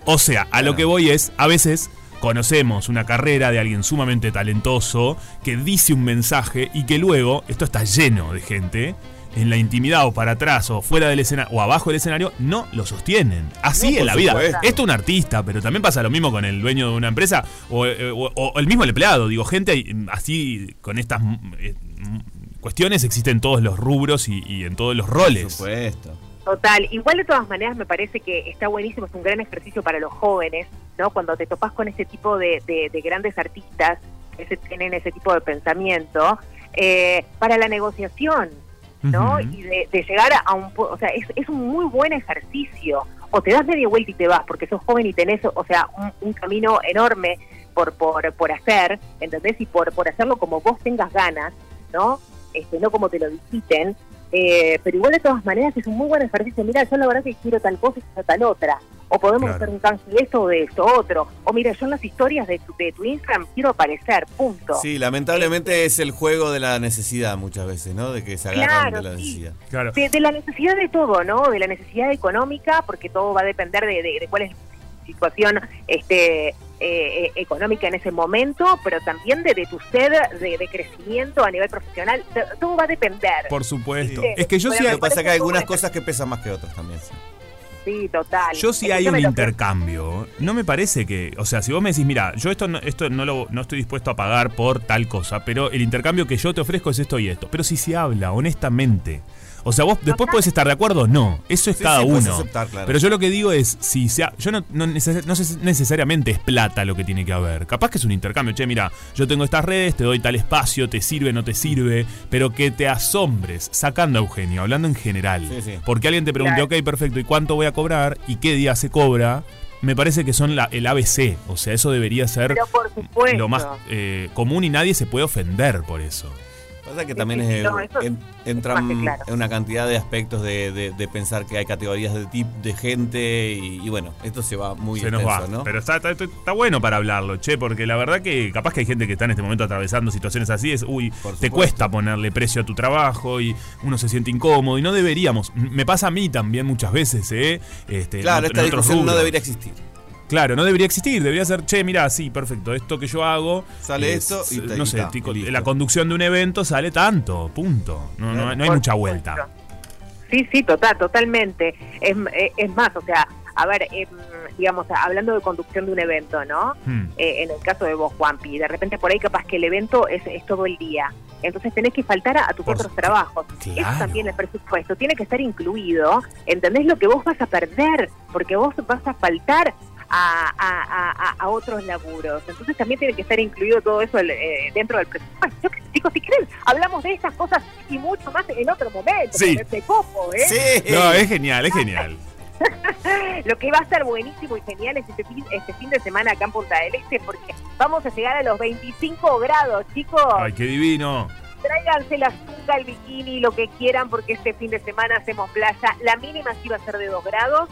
O sea, a lo que voy es, a veces conocemos una carrera de alguien sumamente talentoso que dice un mensaje y que luego, esto está lleno de gente, en la intimidad o para atrás o fuera del escenario o abajo del escenario, no lo sostienen. Así No, en por la vida. supuesto. Esto es un artista, pero también pasa lo mismo con el dueño de una empresa o, eh, o- o el mismo empleado. Digo, gente eh, así con estas mm, eh, mm, cuestiones existen en todos los rubros y, y en todos los Por roles. supuesto. Total, igual de todas maneras me parece que está buenísimo, es un gran ejercicio para los jóvenes, ¿no? Cuando te topas con este tipo de, de- de grandes artistas que se- tienen ese tipo de pensamiento, eh, para la negociación, ¿no? Ujú. Y de, de llegar a un... pu- O sea, es, es un muy buen ejercicio. O te das media vuelta y te vas, porque sos joven y tenés, o sea, un, un camino enorme por, por, por hacer, ¿entendés? Y por, por hacerlo como vos tengas ganas, ¿no? Este, no como te lo dicten. Eh, pero igual de todas maneras es un muy buen ejercicio. Mira, yo la verdad que quiero tal cosa y quiero tal otra. O podemos Claro. hacer un canje de esto o de esto otro. O mira, yo en las historias de tu, de tu Instagram quiero aparecer, punto. Sí, Este. lamentablemente es el juego de la necesidad muchas veces, ¿no? De que se agarran Claro, de la sí. necesidad. Claro. De, de la necesidad de todo, ¿no? De la necesidad económica, porque todo va a depender de, de- de cuál es la situación este, eh, eh, económica en ese momento, pero también de, de tu sed de, de crecimiento a nivel profesional. T- Todo va a depender. Por supuesto. Sí. Es que yo Pero sí, me Lo que pasa es que hay algunas Parece cosas que pesan más que otras también. sí. Sí, total. Yo sí Eso hay un me lo- intercambio. No me parece que. O sea, si vos me decís, mira, yo esto, no, esto no, lo, no estoy dispuesto a pagar por tal cosa, pero el intercambio que yo te ofrezco es esto y esto. Pero si se habla, honestamente. O sea, vos después podés estar de acuerdo o no. Eso es Sí, pues cada sí, puedes uno. aceptar, claro. Pero yo lo que digo es, si se ha- yo no, no neces- no sé- necesariamente es plata lo que tiene que haber. Capaz que es un intercambio. Che, mira, yo tengo estas redes, te doy tal espacio, te sirve, no te sirve. Pero que te asombres, sacando a Eugenio, hablando en general. Sí, sí. Porque alguien te pregunte, ok, perfecto, ¿y cuánto voy a cobrar? ¿Y qué día se cobra? Me parece que son la- el ABC. O sea, eso debería ser Pero por supuesto. lo más eh, común y nadie se puede ofender por eso. Pasa que Sí, también sí, sí, es, no, eso en- más que entran claro. en una cantidad de aspectos de, de- de pensar que hay categorías de tip de gente y, y bueno, esto se va muy se nos extenso, va. ¿no? Pero está, está- está- está bueno para hablarlo, che, porque la verdad que capaz que hay gente que está en este momento atravesando situaciones así, es, uy, te supuesto. cuesta ponerle precio a tu trabajo y uno se siente incómodo y no deberíamos. M- Me pasa a mí también muchas veces, ¿eh? Este, en claro, otro- esta en otros discusión no rubros. debería existir. Claro, no debería existir, debería ser, che, mira, sí, perfecto, esto que yo hago. Sale esto y ta- No y sé, ta, tico- y listo. la conducción de un evento sale tanto, punto. No, no, no hay Por mucha supuesto. vuelta. Sí, sí, total, totalmente. Es, eh, es más, o sea, a ver, em, digamos, hablando de conducción de un evento, ¿no? Hmm. Eh, en el caso de vos, Juanpi, de repente por ahí capaz que el evento es, es todo el día. Entonces tenés que faltar a, a tus Por otros su- trabajos. claro. Eso también el presupuesto tiene que estar incluido. ¿Entendés lo que vos vas a perder? Porque vos vas a faltar a, a- a- a- a otros laburos. Entonces también tiene que estar incluido todo eso el, eh, dentro del presupuesto. Yo qué sé, Chicos, si quieren, hablamos de estas cosas y mucho más en otro momento. Sí. porque me copo, ¿eh? Sí. No, es genial, es genial. Lo que va a estar buenísimo y genial es este fin, este fin de semana acá en Punta del Este porque vamos a llegar a los 25 grados, chicos. Ay, qué divino. Tráiganse la azúcar, el bikini, lo que quieran porque este fin de semana hacemos playa. La mínima sí va a ser de 2 grados.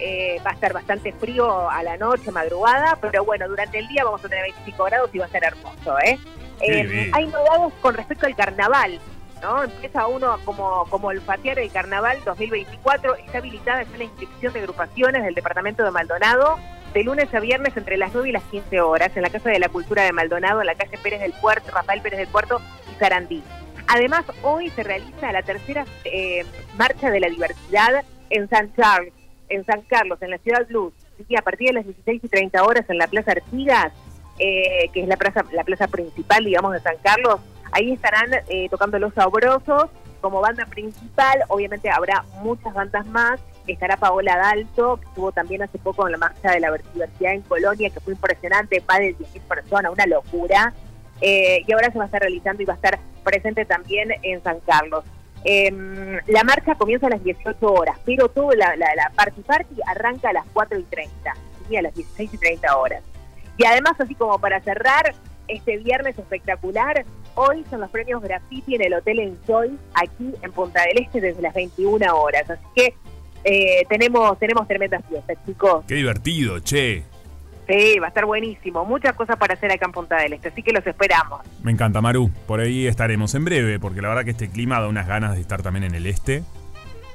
Eh, va a estar bastante frío a la noche, madrugada, pero bueno, durante el día vamos a tener 25 grados y va a ser hermoso, ¿eh? Qué Eh, bien. hay novedades con respecto al carnaval, ¿no? Empieza uno como, como olfatear el carnaval 2024. Está habilitada ya la inscripción de agrupaciones del departamento de Maldonado de lunes a viernes entre las 9 y las 15 horas en la Casa de la Cultura de Maldonado, en la calle Pérez del Puerto, Rafael Pérez del Puerto y Sarandí. Además, hoy se realiza la tercera eh, marcha de la diversidad en San Charles, en San Carlos, en la Ciudad Blues, y a partir de las 16 y 30 horas en la Plaza Artigas, eh, que es la plaza, la plaza principal, digamos, de San Carlos, ahí estarán eh, tocando Los Sabrosos como banda principal, obviamente habrá muchas bandas más, estará Paola Dalto, que estuvo también hace poco en la marcha de la diversidad en Colonia, que fue impresionante, más de 10.000 personas, una locura, eh, y ahora se va a estar realizando y va a estar presente también en San Carlos. Eh, la marcha comienza a las 18 horas, pero toda la, la, la, party party arranca a las 4 y 30, y a las 16 y 30 horas. Y además, así como para cerrar, este viernes espectacular, hoy son los premios Graffiti en el Hotel Enjoy, aquí en Punta del Este, desde las 21 horas. Así que eh, tenemos, tenemos tremendas fiestas, chicos. Qué divertido, che. Sí, va a estar buenísimo. Muchas cosas para hacer acá en Punta del Este, así que los esperamos. Me encanta, Maru. Por ahí estaremos en breve, porque la verdad que este clima da unas ganas de estar también en el este.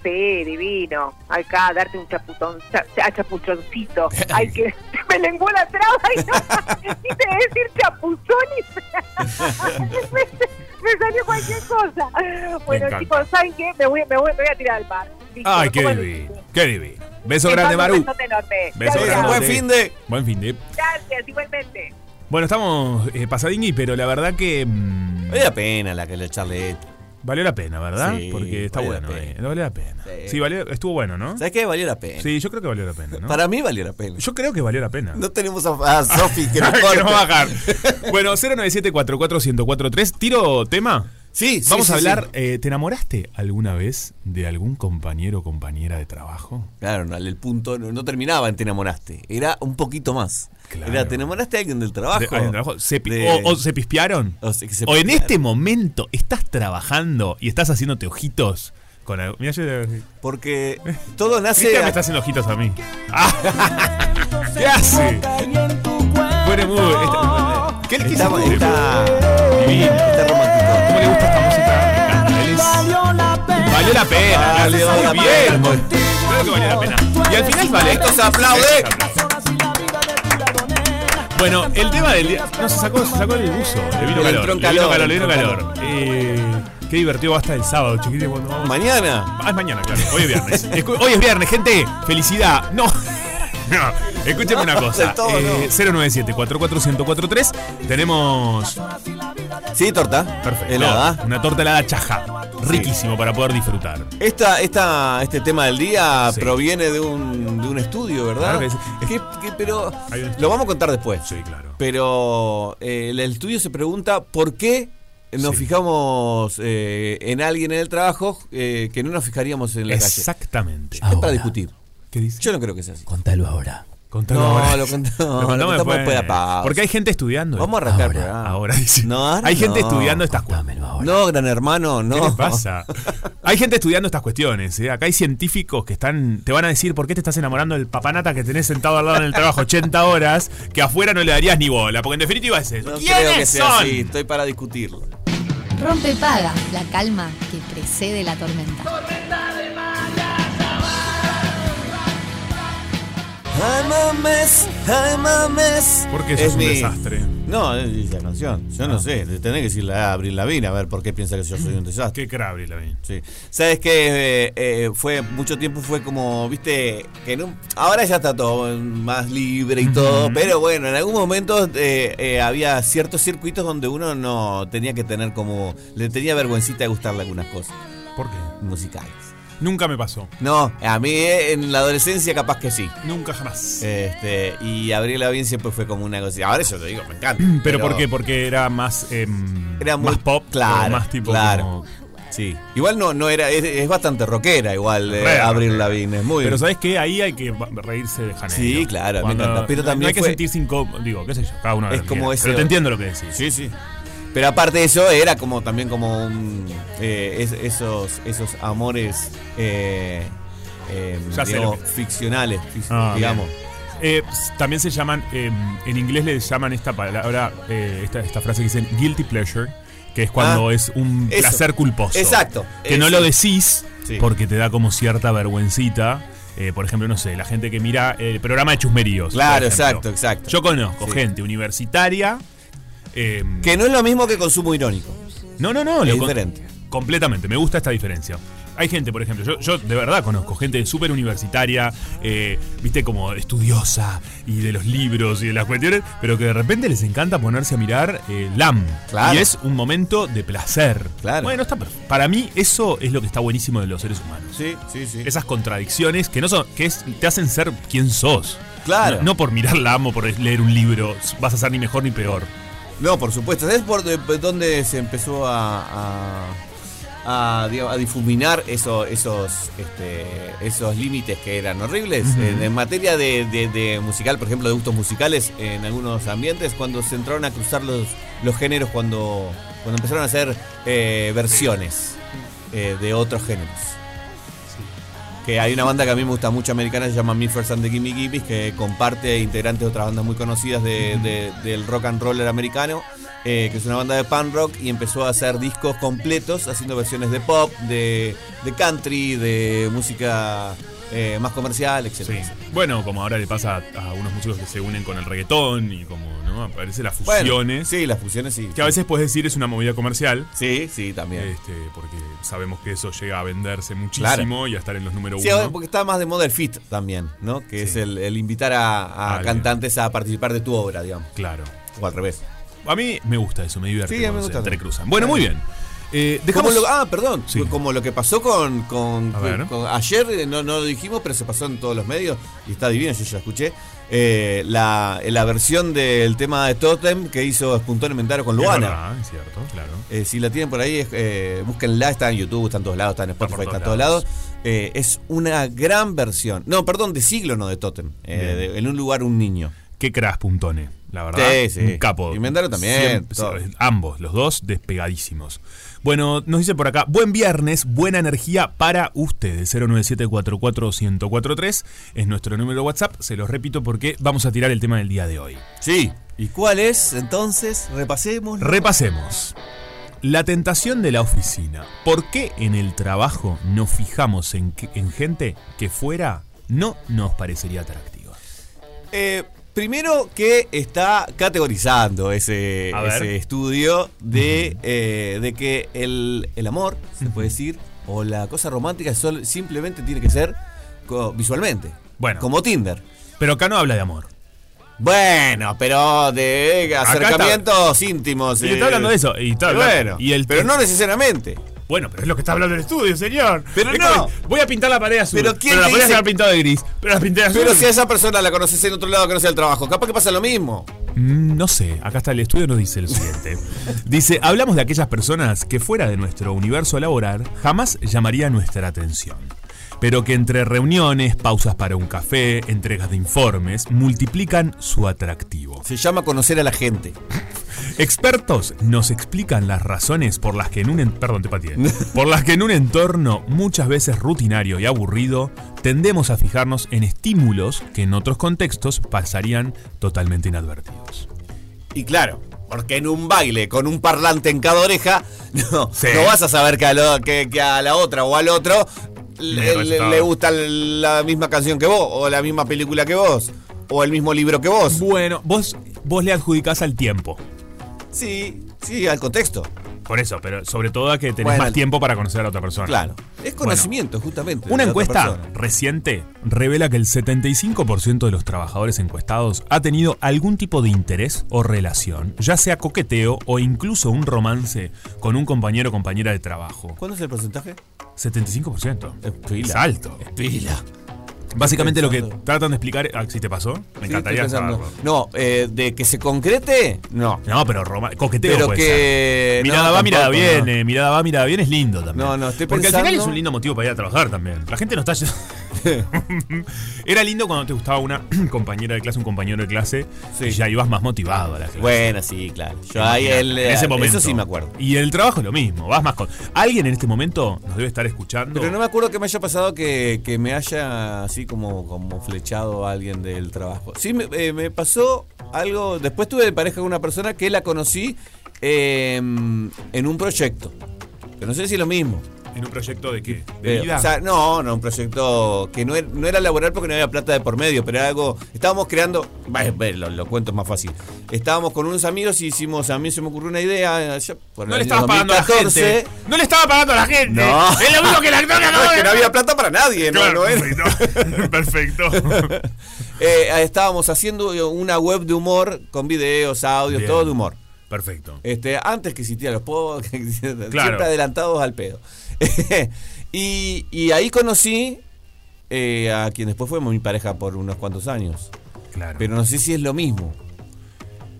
Sí, divino. Acá, darte un chaputón, cha, chapuchoncito. Ay, que me lenguó la traba y no quise decir chapuzón y me, me, salió cualquier cosa. Bueno, chicos, ¿saben qué? Me voy, me voy, me voy a tirar al mar. ¿Listo? Ay, qué divino, qué divino. Beso Te grande, Maru. Beso Gracias. grande. Buen fin de. Buen fin de. Gracias, igualmente. Bueno, estamos eh, pasadingui, pero la verdad que. Mmm, vale la pena la que le charlé. Valió la pena, ¿verdad? Sí, Porque está valió bueno, la eh. Valió la pena. Sí, sí valió, estuvo bueno, ¿no? ¿Sabes qué? Valió la pena. Sí, yo creo que valió la pena, ¿no? Para mí valió la pena. Yo creo que valió la pena. No tenemos a, a Sofi que, nos que nos va a bajar. bueno, 097-44143. ¿Tiro tema? Sí, Vamos sí, a hablar. Sí. Eh, ¿Te enamoraste alguna vez de algún compañero o compañera de trabajo? Claro, no, el punto no, no, terminaba en te enamoraste. Era un poquito más. Claro. Era, ¿te enamoraste de alguien del trabajo? De, alguien trabajo? Se, de, o, o, se pispearon. O, se, se o en este momento estás trabajando y estás haciéndote ojitos. Con algo. Mirá, yo... Porque todo nace. A... me está haciendo ojitos a mí. Ah. ¿Qué hace? Bueno, este, muy. Esta, ¿Qué le está, está, está romántico. ¿Cómo le gusta esta música? Me encanta. Valió la pena. Valió la pena. Valió la pena. Bien, Creo que valió la pena. Y al final vale. Esto se aplaude. Bueno, el tema del día. No, se sacó, se sacó el buzo. Le vino calor. Le vino calor, le vino calor. Eh, qué divertido va hasta el sábado, chiquitito. Cuando vamos. Mañana. Ah, es mañana, claro. Hoy es viernes. Hoy es viernes, gente. Felicidad. No. No, escúcheme una cosa. Todo, eh, no. 097 44143 Tenemos. Sí, torta. Perfecto. Helada. Una torta helada chaja. Riquísimo sí. para poder disfrutar. Esta, esta, este tema del día sí. proviene de un, de un estudio, ¿verdad? Claro que sí. ¿Qué, qué, pero lo vamos a contar después. Sí, claro. Pero eh, el estudio se pregunta por qué nos sí. fijamos eh, en alguien en el trabajo eh, que no nos fijaríamos en la Exactamente. calle. Exactamente. Es para discutir. ¿Qué dice? Yo no creo que sea así. Contalo ahora. Contalo no, ahora. Lo, cont no, lo contamos después, después de la Porque hay gente estudiando. Vamos a arrancar ahora. Ahora, ahora dice. No, ahora hay gente estudiando estas cuestiones. No, gran hermano, no. ¿Qué les pasa? hay gente estudiando estas cuestiones. ¿eh? Acá hay científicos que están te van a decir por qué te estás enamorando del papanata que tenés sentado al lado en el trabajo 80 horas, que afuera no le darías ni bola. Porque en definitiva es eso. No ¿Quiénes creo que sea son? Así. Estoy para discutirlo. Rompe paga, la calma que precede la tormenta. ¡Tormenta de I'm a mess, I'm a mess. Porque eso es, es un mi... desastre. No, es la canción. Yo ah. no sé. Tenés que decirle a Abril Lavín a ver por qué piensa que yo soy un desastre. Qué cra Abril Lavín. Sí. Sabes que eh, eh, fue mucho tiempo fue como, viste, que no, ahora ya está todo más libre y todo. Uh -huh. Pero bueno, en algún momento eh, había ciertos circuitos donde uno no tenía que tener como. Le tenía vergüencita de gustarle algunas cosas. ¿Por qué? Musicales. Nunca me pasó. No, a mí eh, en la adolescencia capaz que sí. Nunca jamás. Este, y Abril Lavín siempre pues, fue como una cosa. Ahora eso te digo, me encanta. ¿Pero, pero por qué? Porque era más, eh, era muy, más pop, claro, más tipo claro. Como... Sí. Igual no, no era, es, es bastante rockera igual eh, Abril Lavigne, es muy Pero sabes que ahí hay que reírse de Janeiro. Sí, claro, Cuando, me encanta. Pero también no hay que fue... sentirse incómodo, digo, qué sé yo, cada uno es lo como quiera. ese Pero te entiendo lo que decís. Sí, sí. Pero aparte de eso, era como también como un, eh, es, esos, esos amores eh, eh, digamos, que... ficcionales, ah, digamos. Eh, también se llaman, em, en inglés le llaman esta palabra, eh, esta, esta frase que dicen guilty pleasure, que es cuando ah, es un eso. placer culposo. Exacto. Que eso. no lo decís sí. porque te da como cierta vergüencita. Eh, por ejemplo, no sé, la gente que mira el programa de chusmeríos. Claro, exacto, exacto. Yo conozco sí. gente universitaria em, eh, que no es lo mismo que consumo irónico. No, no, no. Es diferente. Con, completamente. Me gusta esta diferencia. hay gente, por ejemplo, yo, yo de verdad conozco gente súper universitaria, eh, viste, como estudiosa y de los libros y de las cuestiones, pero que de repente les encanta ponerse a mirar eh, LAM. Claro. Y es un momento de placer. Claro. Bueno, está perfecto. Para mí, eso es lo que está buenísimo de los seres humanos. Sí, sí, sí. Esas contradicciones que no son, que es- te hacen ser quien sos. Claro. No, no por mirar LAM o por leer un libro vas a ser ni mejor ni peor. No, por supuesto. ¿Sabes por de- por dónde se empezó a, a, a, digamos, a difuminar eso, esos, este, esos límites que eran horribles? Ujú. En, en materia de, de- de musical, por ejemplo, de gustos musicales en algunos ambientes, cuando se entraron a cruzar los, los géneros, cuando, cuando empezaron a hacer eh, versiones eh, de otros géneros. Que hay una banda que a mí me gusta mucho americana, se llama Me First and the Gimme Gimmes, que comparte integrantes de otras bandas muy conocidas de- de- del rock and roller americano, eh, que es una banda de punk rock y empezó a hacer discos completos, haciendo versiones de pop, de, de country, de música eh, más comercial, etc. Sí. Bueno, como ahora le pasa a, a unos músicos que se unen con el reggaetón y como, ¿no? Aparecen las Bueno, fusiones. sí, las fusiones sí. Que a veces puedes decir es una movida comercial. Sí, sí, también. Este, porque sabemos que eso llega a venderse muchísimo Claro. y a estar en los número Sí, uno. ahora, porque está más de moda el fit también, ¿no? Que es el, el invitar a, a Ah, bien. cantantes a participar de tu obra, digamos. Claro. O al revés. A mí me gusta eso, me divierte Sí, a mí me cuando se gusta también. entrecruzan. Bueno, muy bien. Eh, Como dejamos lo- ah, perdón. Sí. Como lo que pasó con, con- A ver. con- ayer, eh, no, no lo dijimos, pero se pasó en todos los medios y está divino, yo ya escuché. eh, la, la versión del tema de Totem que hizo Espuntón Inventario con Es Luana. verdad, Es cierto, claro. Eh, si la tienen por ahí, es, eh, búsquenla, está en YouTube, está en todos lados, está en por Spotify, está en todos todos lados. lados. Eh, es una gran versión. No, perdón, de siglo no de Totem. Eh, Bien. de- en un lugar un niño. Qué crash puntone, la verdad. Sí, sí. Un capo. Y Mendaro también, Siempre- todo. sí, ambos, los dos despegadísimos. Bueno, nos dice por acá, buen viernes, buena energía para ustedes. 097-44-1043 es nuestro número de WhatsApp. Se los repito porque vamos a tirar el tema del día de hoy. Sí. ¿Y cuál es? Entonces, repasemos. Repasemos. La tentación de la oficina. ¿Por qué en el trabajo nos fijamos en, que- en gente que fuera no nos parecería atractiva? Eh, primero que está categorizando ese, A ver. ese estudio de, eh, de que el, el amor, se puede decir, o la cosa romántica sol- simplemente tiene que ser co- visualmente. Bueno. Como Tinder. Pero acá no habla de amor. Bueno, pero de Acá acercamientos íntimos. eh, Y está hablando de eso, y está hablando- bueno, y el- pero no necesariamente. Bueno, pero es lo que está hablando el estudio, señor. Pero Es no. como, voy a pintar la pared azul. Pero ¿quién la te podía dice- haber pintado de gris. Pero la pinté de azul. Pero si a esa persona la conoces en otro lado que no sea el trabajo, capaz que pasa lo mismo. Mm, No sé, acá está el estudio, nos dice lo siguiente. Dice, hablamos de aquellas personas que fuera de nuestro universo laboral jamás llamaría nuestra atención. Pero que entre reuniones, pausas para un café, entregas de informes, multiplican su atractivo. Se llama conocer a la gente. Expertos nos explican las razones por las que en un en- perdón, te pateé. por las que en un entorno muchas veces rutinario y aburrido tendemos a fijarnos en estímulos que en otros contextos pasarían totalmente inadvertidos. Y claro, porque en un baile con un parlante en cada oreja, no, Sí. no vas a saber que a, lo- que- que a la otra o al otro le, le- resultaba. le gusta la misma canción que vos, o la misma película que vos, o el mismo libro que vos. Bueno, vos vos le adjudicás al tiempo. Sí, sí, al contexto. Por eso, pero sobre todo a que tenés Bueno. más tiempo para conocer a otra persona. Claro. Es Bueno, conocimiento, justamente. de Una la otra encuesta persona. reciente revela que el 75% de los trabajadores encuestados ha tenido algún tipo de interés o relación, ya sea coqueteo o incluso un romance con un compañero o compañera de trabajo. ¿Cuánto es el porcentaje? 75%. Es pila. Es alto. Pila. Básicamente lo que pensando. tratan de explicar... Ah, si te pasó, me encantaría saberlo. No, eh, de que se concrete, no. No, pero roma- coqueteo Pero puede que- ser. Mirada no, va, mirada tampoco, viene, mirada va, mirada viene, es lindo también. No, no, estoy Porque al final pensando- es un lindo motivo para ir a trabajar también. La gente no está... Era lindo cuando te gustaba una compañera de clase, un compañero de clase, Sí. y ya ibas más motivado a la clase. Bueno, sí, claro. Yo ahí Imagínate, el, en ese momento. Eso sí me acuerdo. Y el trabajo es lo mismo, vas más con... Alguien en este momento nos debe estar escuchando. Pero no me acuerdo que me haya pasado que, que me haya así como, como flechado a alguien del trabajo. Sí, me, eh, me pasó algo. Después tuve pareja con una persona em, que la conocí eh, en un proyecto. Pero no sé si es lo mismo. en un proyecto de qué? ¿De Eh, vida? o sea, no, no, un proyecto que no, er- no era laboral porque no había plata de por medio, pero era algo. Estábamos creando. bah, bah, lo, lo cuento más fácil. Estábamos con unos amigos y hicimos. A mí se me ocurrió una idea. ya por no el le año estabas pagando a la 2014. gente. No le estaba pagando a la gente. No. Es lo mismo que la actora No, acaba es que de- no había plata para nadie, ¿no? Claro, No era- perfecto. perfecto. Eh, estábamos haciendo una web de humor con videos, audios, Bien. todo de humor. Perfecto. Este, antes que existieran los podcasts, siempre Claro. adelantados al pedo. y, y ahí conocí eh, a quien después fue mi pareja por unos cuantos años. Claro. Pero no sé si es lo mismo.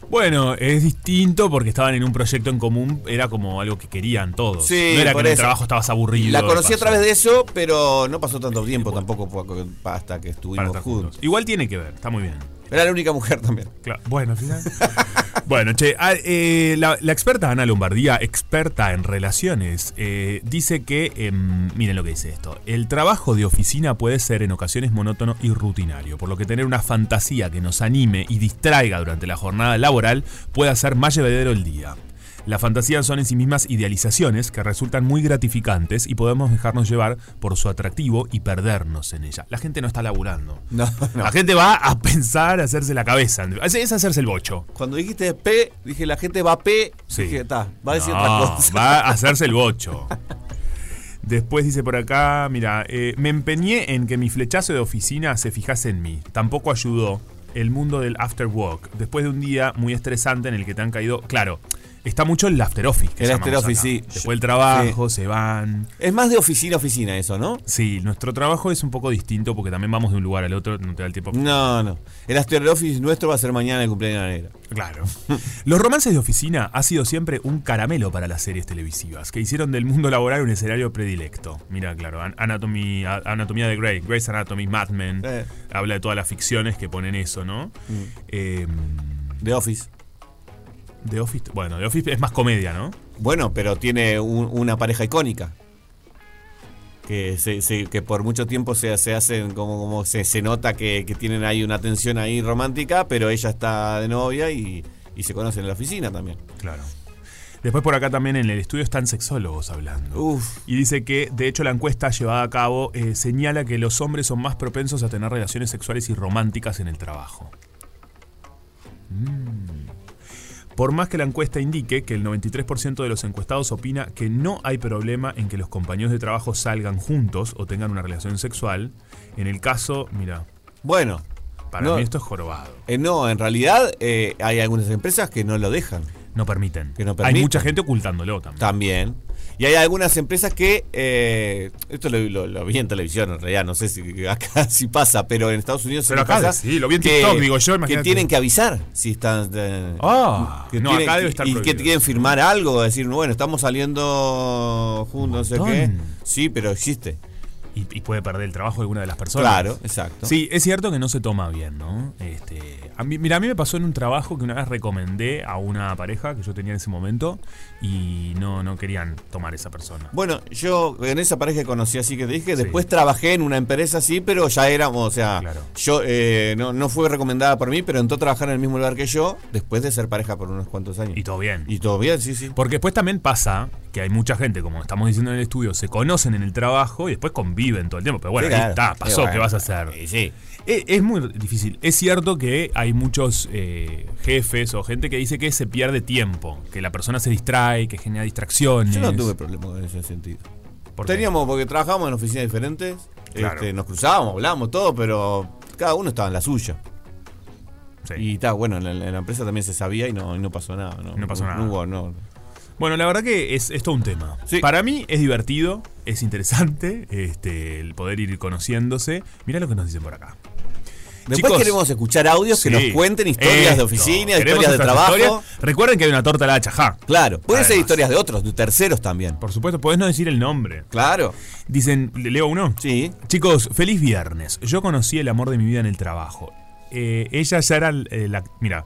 Bueno, es distinto porque estaban en un proyecto en común, era como algo que querían todos. Sí, no era que por en el eso. trabajo estabas aburrido. La conocí a pasó. través de eso, pero no pasó tanto tiempo tampoco po- hasta que Para estuvimos estar juntos. juntos. Igual tiene que ver, está muy bien. Era la única mujer también. Claro. Bueno, final. bueno, che, ah, eh, la, la experta Ana Lombardía, experta en relaciones, eh, dice que, em, miren lo que dice esto, el trabajo de oficina puede ser en ocasiones monótono y rutinario, por lo que tener una fantasía que nos anime y distraiga durante la jornada laboral puede hacer más llevadero el día. Las fantasías son en sí mismas idealizaciones que resultan muy gratificantes y podemos dejarnos llevar por su atractivo y perdernos en ella. La gente no está laburando. No, no. La gente va a pensar, a hacerse la cabeza. Es, es hacerse el bocho. Cuando dijiste P, dije la gente va a P, Sí. dije, está, va a decir No, otra cosa. Ah, Va a hacerse el bocho. Después dice por acá, mira, eh, me empeñé en que mi flechazo de oficina se fijase en mí. Tampoco ayudó el mundo del after work. Después de un día muy estresante en el que te han caído, claro, está mucho el after office. que El llamamos after office, acá. sí. Después del trabajo, se van. Es más de oficina a oficina eso, ¿no? Sí, nuestro trabajo es un poco distinto porque también vamos de un lugar al otro, no te da el tiempo. No, no. El After Office nuestro va a ser mañana el cumpleaños de la negra. Claro. Los romances de oficina ha sido siempre un caramelo para las series televisivas, que hicieron del mundo laboral un escenario predilecto. Mira, claro, An- Anatomy, A- Anatomía de Grey, Grey's Anatomy, Mad Men, Eh. Mm. habla de todas las ficciones que ponen eso, ¿no? Eh, The Office. The Office, bueno, The Office es más comedia, ¿no? Bueno, pero tiene un- una pareja icónica. Que, se, se- que por mucho tiempo se, se hacen como, como se, se nota que, que tienen ahí una tensión ahí romántica, pero ella está de novia y, y se conocen en la oficina también. Claro. Después por acá también en el estudio están sexólogos hablando. Uf. Y dice que, de hecho, la encuesta llevada a cabo eh, señala que los hombres son más propensos a tener relaciones sexuales y románticas en el trabajo. Mm. Por más que la encuesta indique que el 93% de los encuestados opina que no hay problema en que los compañeros de trabajo salgan juntos o tengan una relación sexual, en el caso, mira, Bueno, para No. mí esto es jorobado. eh, no, en realidad eh, hay algunas empresas que no lo dejan. No permiten. Que no Hay permiten. mucha gente ocultándolo también. También. Y hay algunas empresas que. eh, esto lo, lo- lo vi en televisión, en realidad. No sé si acá sí pasa, pero en Estados Unidos. Pero sí acá pasa sí, lo vi en TikTok, digo yo, Que imagínate. tienen que avisar si están. eh, Ah, que no, tienen- acá debe estar y que prohibido. quieren firmar algo, decir, bueno, estamos saliendo juntos, no sé qué. montón. Sí, pero existe. y, y puede perder el trabajo de alguna de las personas. Claro, exacto. Sí, es cierto que no se toma bien, ¿no? Este, a mí, mira, a mí me pasó en un trabajo que una vez recomendé a una pareja que yo tenía en ese momento y no, no querían tomar esa persona. Bueno, yo en esa pareja que conocí así que te dije, después trabajé en una empresa así, pero ya éramos, o sea, Claro. yo eh, no, no fue recomendada por mí, pero entró a trabajar en el mismo lugar que yo, después de ser pareja por unos cuantos años. Y todo bien. Y todo bien, sí, sí. Porque después también pasa que hay mucha gente, como estamos diciendo en el estudio, se conocen en el trabajo y después conviven todo el tiempo. Pero bueno, Sí, ahí claro. está, Sí, pasó, bueno. ¿qué vas a hacer? Sí, sí. Es, es muy difícil. Es cierto que hay muchos eh, jefes o gente que dice que se pierde tiempo, que la persona se distrae, que genera distracciones. Yo no tuve problema con ese sentido. ¿Por qué? Teníamos, porque trabajábamos en oficinas diferentes, Claro. este, nos cruzábamos, hablábamos, todo, pero cada uno estaba en la suya. Sí. Y está, bueno, en la, en la empresa también se sabía y no, y no pasó nada. No, No pasó nada. No hubo, no. Bueno, la verdad que es, es todo un tema. Sí. Para mí es divertido, es interesante este, el poder ir conociéndose. Mirá lo que nos dicen por acá. Después Chicos, queremos escuchar audios que Sí. nos cuenten historias de Esto. oficina, Queremos historias de nuestras trabajo. historias. Recuerden que hay una torta a la chajá. Claro, pueden ser Además. historias de otros, de terceros también. Por supuesto, podés no decir el nombre. Claro. Dicen, ¿le- ¿leo uno? Sí. Chicos, feliz viernes. Yo conocí el amor de mi vida en el trabajo. Eh, ella ya era eh, la. Mira.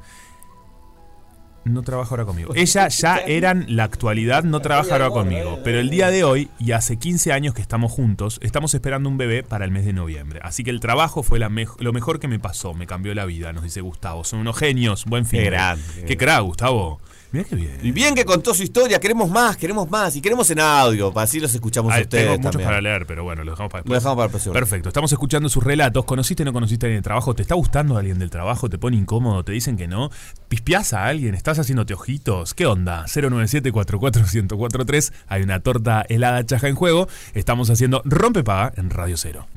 No trabaja ahora conmigo. Ella ya eran la actualidad, no trabaja ahora conmigo. Pero el día de hoy, y hace 15 años que estamos juntos, estamos esperando un bebé para el mes de noviembre. Así que el trabajo fue la mej- lo mejor que me pasó. Me cambió la vida, nos dice Gustavo. Son unos genios. Buen fin. Qué de- grande. Qué crack, Gustavo. Mirá qué bien. Y bien que contó su historia, queremos más, queremos más y queremos en audio, para así los escuchamos a Ay, ustedes. Ah, tengo muchos también. para leer, pero bueno, lo dejamos para después. Lo dejamos para el próximo. Perfecto, estamos escuchando sus relatos. ¿Conociste o no conociste a alguien del trabajo? ¿Te está gustando alguien del trabajo? ¿Te pone incómodo? ¿Te dicen que no? ¿Pispiás a alguien? ¿Estás haciéndote ojitos? ¿Qué onda? 097-44143. Hay una torta helada chaja en juego. Estamos haciendo Rompepaga en Radio Cero.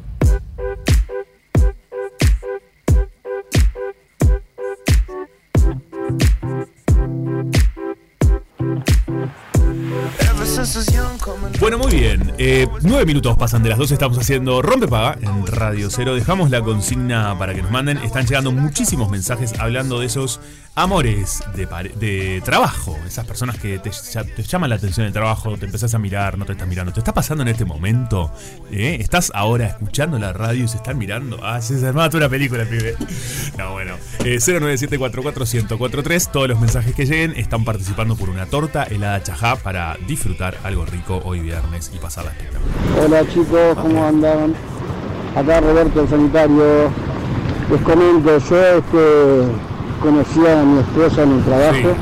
Bueno, muy bien. Eh, nueve minutos pasan de las dos. Estamos haciendo Rompepaga en Radio Cero. Dejamos la consigna para que nos manden. Están llegando muchísimos mensajes hablando de esos amores de, pare- de trabajo. Esas personas que te, ya- te llaman la atención el trabajo, te empezás a mirar, no te estás mirando. ¿Te está pasando en este momento? ¿Eh? ¿Estás ahora escuchando la radio y se están mirando? Ah, se armaba toda una película, pibe. No, bueno. Eh, 097441043. Todos los mensajes que lleguen están participando por una torta helada chajá para disfrutar algo rico hoy viernes y pasar la espectacular. Hola chicos, ¿cómo andan? Acá Roberto el Sanitario. Les comento, yo este, conocí a mi esposa en el trabajo.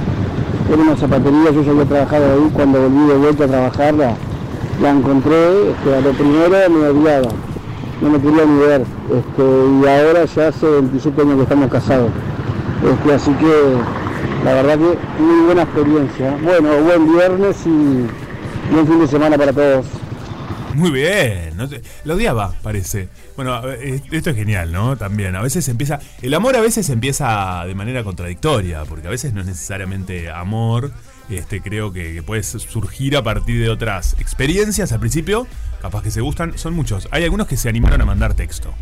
Era una zapatería, yo ya había trabajado ahí. Cuando volví de vuelta a trabajarla, la encontré. este, a lo primero me odiaba, no me quería ni ver. este, y ahora ya hace 27 años que estamos casados. Este, así que la verdad que muy buena experiencia. Bueno, buen viernes y buen fin de semana para todos. Muy bien. no te- la odiaba, parece. Bueno, a ver, eh, esto es genial, ¿no? También. A veces empieza. El amor a veces empieza de manera contradictoria, porque a veces no es necesariamente amor. Este, creo que, que puede surgir a partir de otras experiencias al principio. Capaz que se gustan. Son muchos. Hay algunos que se animaron a mandar texto.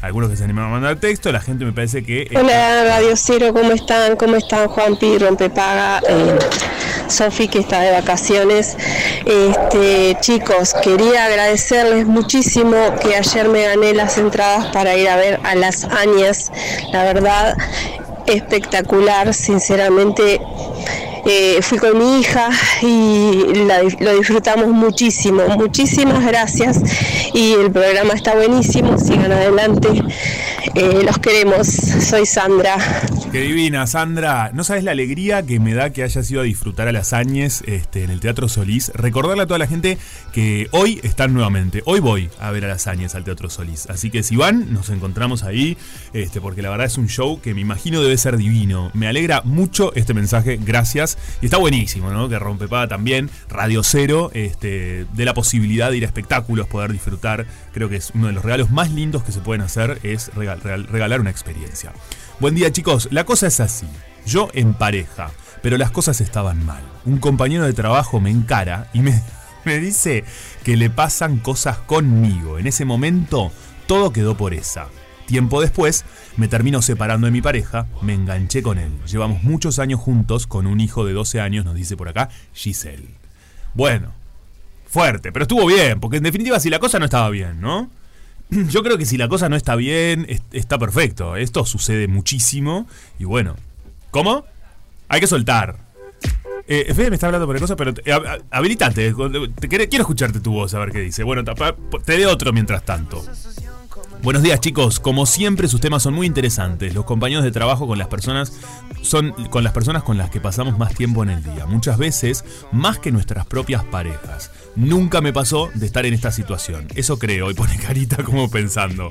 Algunos que se animaron a mandar texto. La gente me parece que. eh, Hola Radio Cero, ¿cómo están? ¿Cómo están Juanpi, Rompepaga, eh, Sofi que está de vacaciones? Este, chicos, quería agradecerles muchísimo que ayer me gané las entradas para ir a ver a las Añas. La verdad, espectacular, sinceramente. eh, fui con mi hija y la di- lo disfrutamos muchísimo. Muchísimas gracias y el programa está buenísimo. Sigan adelante. Eh, los queremos. Soy Sandra. Qué divina, Sandra. No sabes la alegría que me da que hayas ido a disfrutar a las Áñez este, en el Teatro Solís. Recordarle a toda la gente que hoy están nuevamente. Hoy voy a ver a las Áñez al Teatro Solís. Así que si van, nos encontramos ahí, este, porque la verdad es un show que me imagino debe ser divino. Me alegra mucho este mensaje, gracias. Y está buenísimo, ¿no? Que Rompepada también, Radio Cero, este, de la posibilidad de ir a espectáculos, poder disfrutar. Creo que es uno de los regalos más lindos que se pueden hacer, es regal- regal- regalar una experiencia. Buen día chicos, la cosa es así. Yo en pareja, pero las cosas estaban mal. Un compañero de trabajo me encara y me, me dice que le pasan cosas conmigo. En ese momento todo quedó por esa. Tiempo después me termino separando de mi pareja, me enganché con él. Llevamos muchos años juntos con un hijo de 12 años, nos dice por acá Giselle. Bueno, fuerte, pero estuvo bien, porque en definitiva si la cosa no estaba bien, ¿no? Yo creo que si la cosa no está bien, es- está perfecto. Esto sucede muchísimo y bueno. ¿Cómo? Hay que soltar. Eh, Fede me está hablando por cosa, pero eh, hab- habilitate. Te quere- quiero escucharte tu voz, a ver qué dice. Bueno, tapa- te dé otro mientras tanto. Buenos días chicos, como siempre sus temas son muy interesantes. Los compañeros de trabajo con las personas son con las personas con las que pasamos más tiempo en el día, muchas veces más que nuestras propias parejas. Nunca me pasó de estar en esta situación. Eso creo y pone carita como pensando.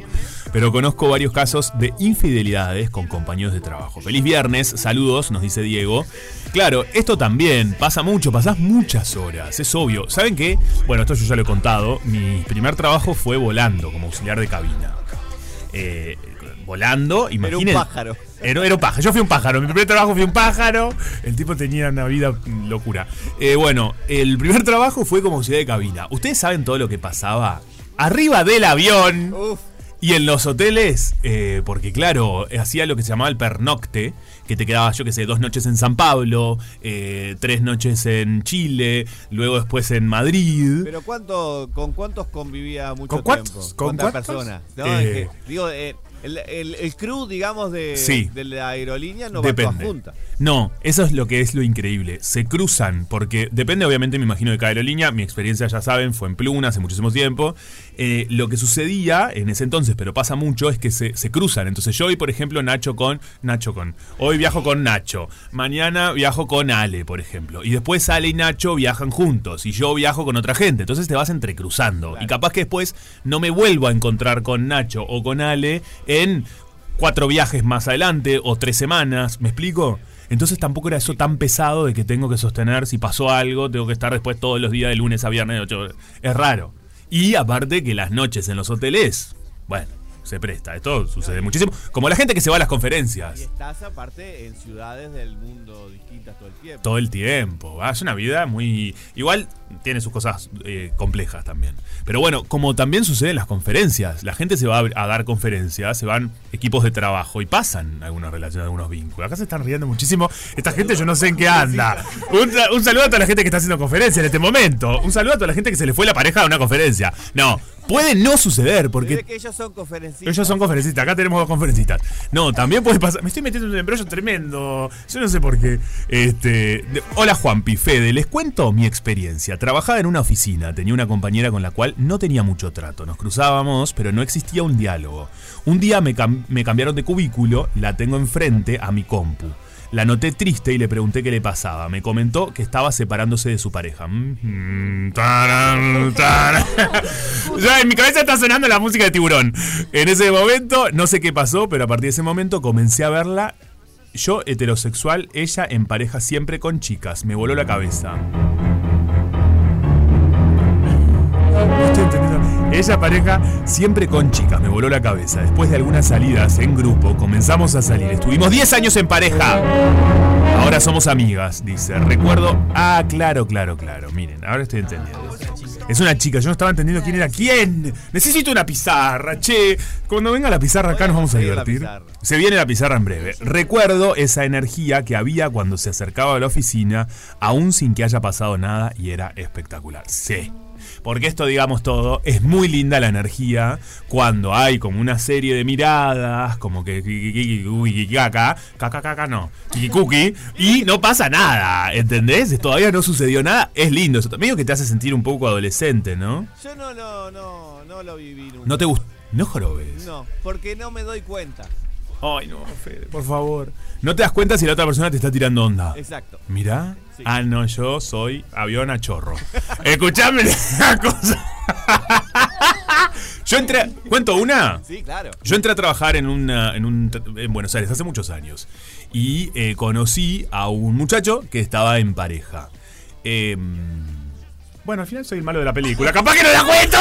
Pero conozco varios casos de infidelidades con compañeros de trabajo. Feliz viernes, saludos, nos dice Diego. Claro, esto también pasa mucho, pasás muchas horas, es obvio. ¿Saben qué? Bueno, esto yo ya lo he contado. Mi primer trabajo fue volando como auxiliar de cabina. Eh, volando, imagínense. pájaro. Era, era un pájaro. Yo fui un pájaro. Mi primer trabajo fui un pájaro. El tipo tenía una vida mm, locura. Eh, bueno, el primer trabajo fue como auxiliar de cabina. ¿Ustedes saben todo lo que pasaba? Arriba del avión. Y en los hoteles, eh, porque claro, eh, hacía lo que se llamaba el pernocte, que te quedabas, yo qué sé, dos noches en San Pablo, eh, tres noches en Chile, luego después en Madrid. Pero cuánto, ¿con cuántos convivía mucho ¿Con cuántos? tiempo? ¿Con ¿Cuántas cuántos? personas? No, Eh. es que, digo, eh, El, el, el crew, digamos, de, Sí. de la aerolínea no va toda Depende. junta. No, eso es lo que es lo increíble. Se cruzan, porque depende, obviamente, me imagino, de cada aerolínea. Mi experiencia, ya saben, fue en Pluna hace muchísimo tiempo. Eh, lo que sucedía en ese entonces, pero pasa mucho, es que se, se cruzan. Entonces, yo hoy, por ejemplo, Nacho con Nacho con. Hoy viajo con Nacho. Mañana viajo con Ale, por ejemplo. Y después Ale y Nacho viajan juntos. Y yo viajo con otra gente. Entonces te vas entrecruzando. Y capaz que después no me vuelvo a encontrar con Nacho o con Ale en cuatro viajes más adelante o tres semanas, ¿me explico? Entonces tampoco era eso tan pesado de que tengo que sostener si pasó algo, tengo que estar después todos los días de lunes a viernes de 8 horas. Es raro. Y aparte que las noches en los hoteles, bueno, se presta. Esto sucede muchísimo. Como la gente que se va a las Y conferencias. estás, aparte, en ciudades del mundo distintas todo el tiempo. Todo el tiempo. ¿va? Es una vida muy... Igual tiene sus cosas eh, complejas también. Pero bueno, como también sucede en las conferencias. La gente se va a a dar conferencias, se van equipos de trabajo y pasan algunas relaciones, algunos vínculos. Acá se están riendo muchísimo. Esta gente yo no sé en qué anda. Un, sa- un saludo a toda la gente que está haciendo conferencia en este momento. Un saludo a toda la gente que se le fue la pareja a una conferencia. No, puede no suceder porque... Que ellos son conferencistas. Ellos son conferencistas, acá tenemos dos conferencistas. No, también puede pasar. Me estoy metiendo en un embrollo tremendo. Yo no sé por qué. Este, de- hola Juanpi, Fede, les cuento mi experiencia. Trabajaba en una oficina, tenía una compañera con la cual no tenía mucho trato. Nos cruzábamos, pero no existía un diálogo. Un día me, cam- me cambiaron de cubículo, la tengo enfrente a mi compu. La noté triste y le pregunté qué le pasaba. Me comentó que estaba separándose de su pareja. Mm, tarán, tarán. Ya en mi cabeza está sonando la música de tiburón. En ese momento, no sé qué pasó, pero a partir de ese momento comencé a verla. Yo heterosexual, ella en pareja siempre con chicas. Me voló la cabeza. No estoy entendiendo. Ella pareja siempre con chicas, me voló la cabeza. Después de algunas salidas en grupo, comenzamos a salir. Estuvimos 10 años en pareja. Ahora somos amigas, dice. Recuerdo. Ah, claro, claro, claro. Miren, ahora estoy entendiendo. Es una chica, yo no estaba entendiendo quién era quién. Necesito una pizarra, che. Cuando venga la pizarra acá nos vamos a divertir. Se viene la pizarra en breve. Recuerdo esa energía que había cuando se acercaba a la oficina, aún sin que haya pasado nada, y era espectacular. Sí. Porque esto, digamos todo, es muy linda la energía cuando hay como una serie de miradas, como que acá, caca, caca, no, kikikuki, y no pasa nada, ¿entendés? Todavía no sucedió nada, es lindo eso. Medio que te hace sentir un poco adolescente, ¿no? Yo no lo, no, no lo viví nunca. No te gusta, no jorobes. No, porque no me doy cuenta. Ay, no, Fede, por favor. No te das cuenta si la otra persona te está tirando onda. Exacto. Mirá. Ah, no, yo soy avión a chorro. Escuchame una cosa. Yo entré. ¿Cuento una? Sí, claro. Yo entré a trabajar en, una, en, un, en Buenos Aires hace muchos años y eh, conocí a un muchacho que estaba en pareja. Eh, bueno, al final soy el malo de la película. ¡Capaz que no la cuento!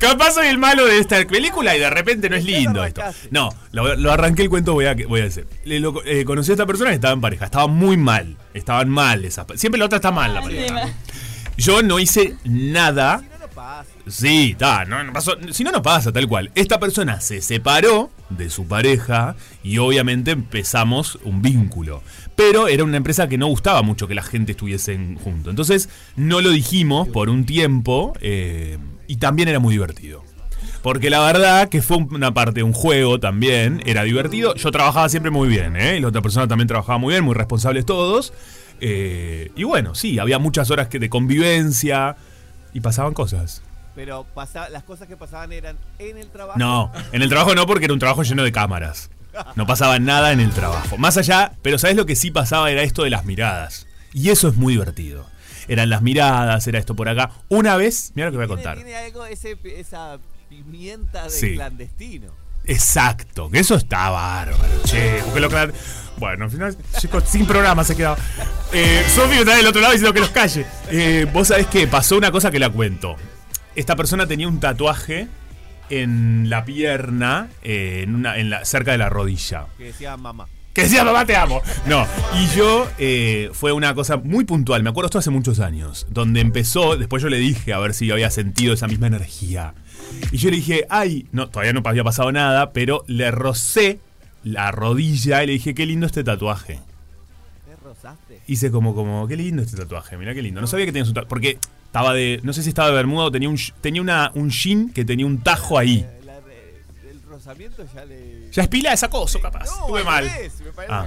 Capaz soy el malo de esta película y de repente no es lindo esto. No, lo, lo arranqué el cuento, voy a, voy a decir. Le- lo- eh, conocí a esta persona que estaba en pareja. Estaba muy mal. Estaban mal esas. pa- Siempre la otra está mal, la pareja. Yo no hice nada. Sí, está, no, no pasó. Si no, no pasa, tal cual. Esta persona se separó de su pareja y obviamente empezamos un vínculo. Pero era una empresa que no gustaba mucho que la gente estuviesen junto. Entonces, no lo dijimos por un tiempo eh, y también era muy divertido. Porque la verdad que fue una parte, un juego también, era divertido. Yo trabajaba siempre muy bien, ¿eh? Y la otra persona también trabajaba muy bien, muy responsables todos. Eh, y bueno, sí, había muchas horas que de convivencia y pasaban cosas. Pero pasa- las cosas que pasaban eran en el trabajo. No, en el trabajo no, porque era un trabajo lleno de cámaras. No pasaba nada en el trabajo. Más allá, pero ¿sabes lo que sí pasaba? Era esto de las miradas. Y eso es muy divertido. Eran las miradas, era esto por acá. Una vez, mira lo que voy a Tiene, contar. tiene algo, ese, pi- esa pimienta de Sí. clandestino. Exacto, que eso está bárbaro, che. Porque lo clar- Bueno, al final, chicos, sin programa se quedaba. Eh, Sofi está del otro lado diciendo que los calle. Eh, Vos sabés que pasó una cosa que la cuento. Esta persona tenía un tatuaje en la pierna, eh, en una, en la, cerca de la rodilla. Que decía mamá. Que decía, papá, te amo. No. Y yo, eh, fue una cosa muy puntual, me acuerdo esto hace muchos años, donde empezó, después yo le dije a ver si yo había sentido esa misma energía. Y yo le dije, ay, no, todavía no había pasado nada, pero le rocé la rodilla y le dije, qué lindo este tatuaje. ¿Te rozaste? Hice como, como, qué lindo este tatuaje, mirá qué lindo. No sabía que tenías un tatuaje, porque estaba de, no sé si estaba de bermuda o tenía un, tenía una, un jean que tenía un tajo ahí. lanzamiento ya le. Ya es pila, es acoso, capaz. No, Estuve al mal. revés, me parece. Ah.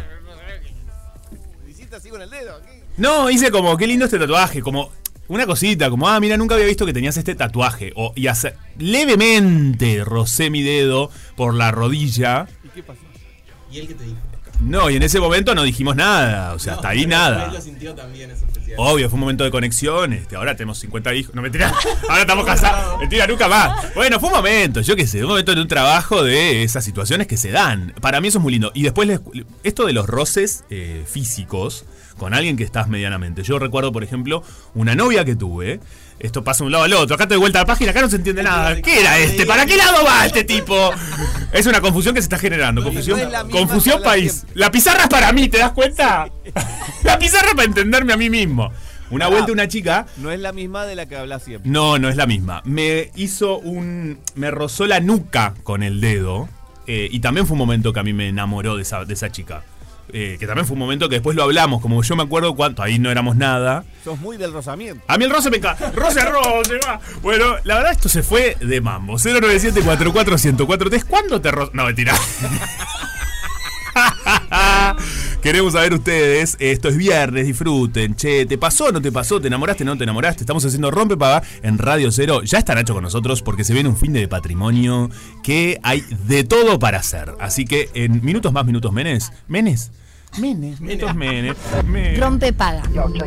Le hiciste así con el dedo. ¿qué? No, hice como, qué lindo este tatuaje, como una cosita, como, ah, mira, nunca había visto que tenías este tatuaje. O, y hace- levemente rocé mi dedo por la rodilla. ¿Y qué pasó? ¿Y él qué te dijo? No, y en ese momento no dijimos nada, o sea, hasta ahí Pero nada. Él lo sintió también, es especial. Obvio, fue un momento de conexión. Este, ahora tenemos 50 hijos. No, mentira. Ahora estamos casados. Mentira, nunca más. Bueno, fue un momento, yo qué sé, un momento de un trabajo de esas situaciones que se dan. Para mí eso es muy lindo. Y después, les- esto de los roces eh, físicos con alguien que estás medianamente. Yo recuerdo, por ejemplo, una novia que tuve. Esto pasa de un lado al otro. Acá te doy vuelta a la página, acá no se entiende nada. ¿Qué era este? ¿Para qué lado va este tipo? Es una confusión que se está generando. Confusión, no es la misma confusión que habla país. La pizarra es para mí, ¿te das cuenta? La pizarra para entenderme a mí mismo. Una Ah. vuelta una chica. No es la misma de la que habla siempre. No, no es la misma. Me hizo un. Me rozó la nuca con el dedo. eh, y también fue un momento que a mí me enamoró de esa, de esa chica. Eh, que también fue un momento que después lo hablamos. Como yo me acuerdo cuánto. Ahí no éramos nada. Sos muy del rozamiento. A mí el roce me encanta. Roce a roce, va. Bueno, la verdad, esto se fue de mambo. 097 ¿Desde cuándo te roce? No, mentira. Queremos saber ustedes. Esto es viernes, disfruten. Che, ¿te pasó? ¿No te pasó? ¿Te enamoraste? ¿No te enamoraste? Estamos haciendo Rompe Paga en Radio Cero. Ya está Nacho con nosotros porque se viene un fin de patrimonio que hay de todo para hacer. Así que en minutos más, minutos menes. ¿Menes? Menes. Minutos menes. Rompe paga. Cruzando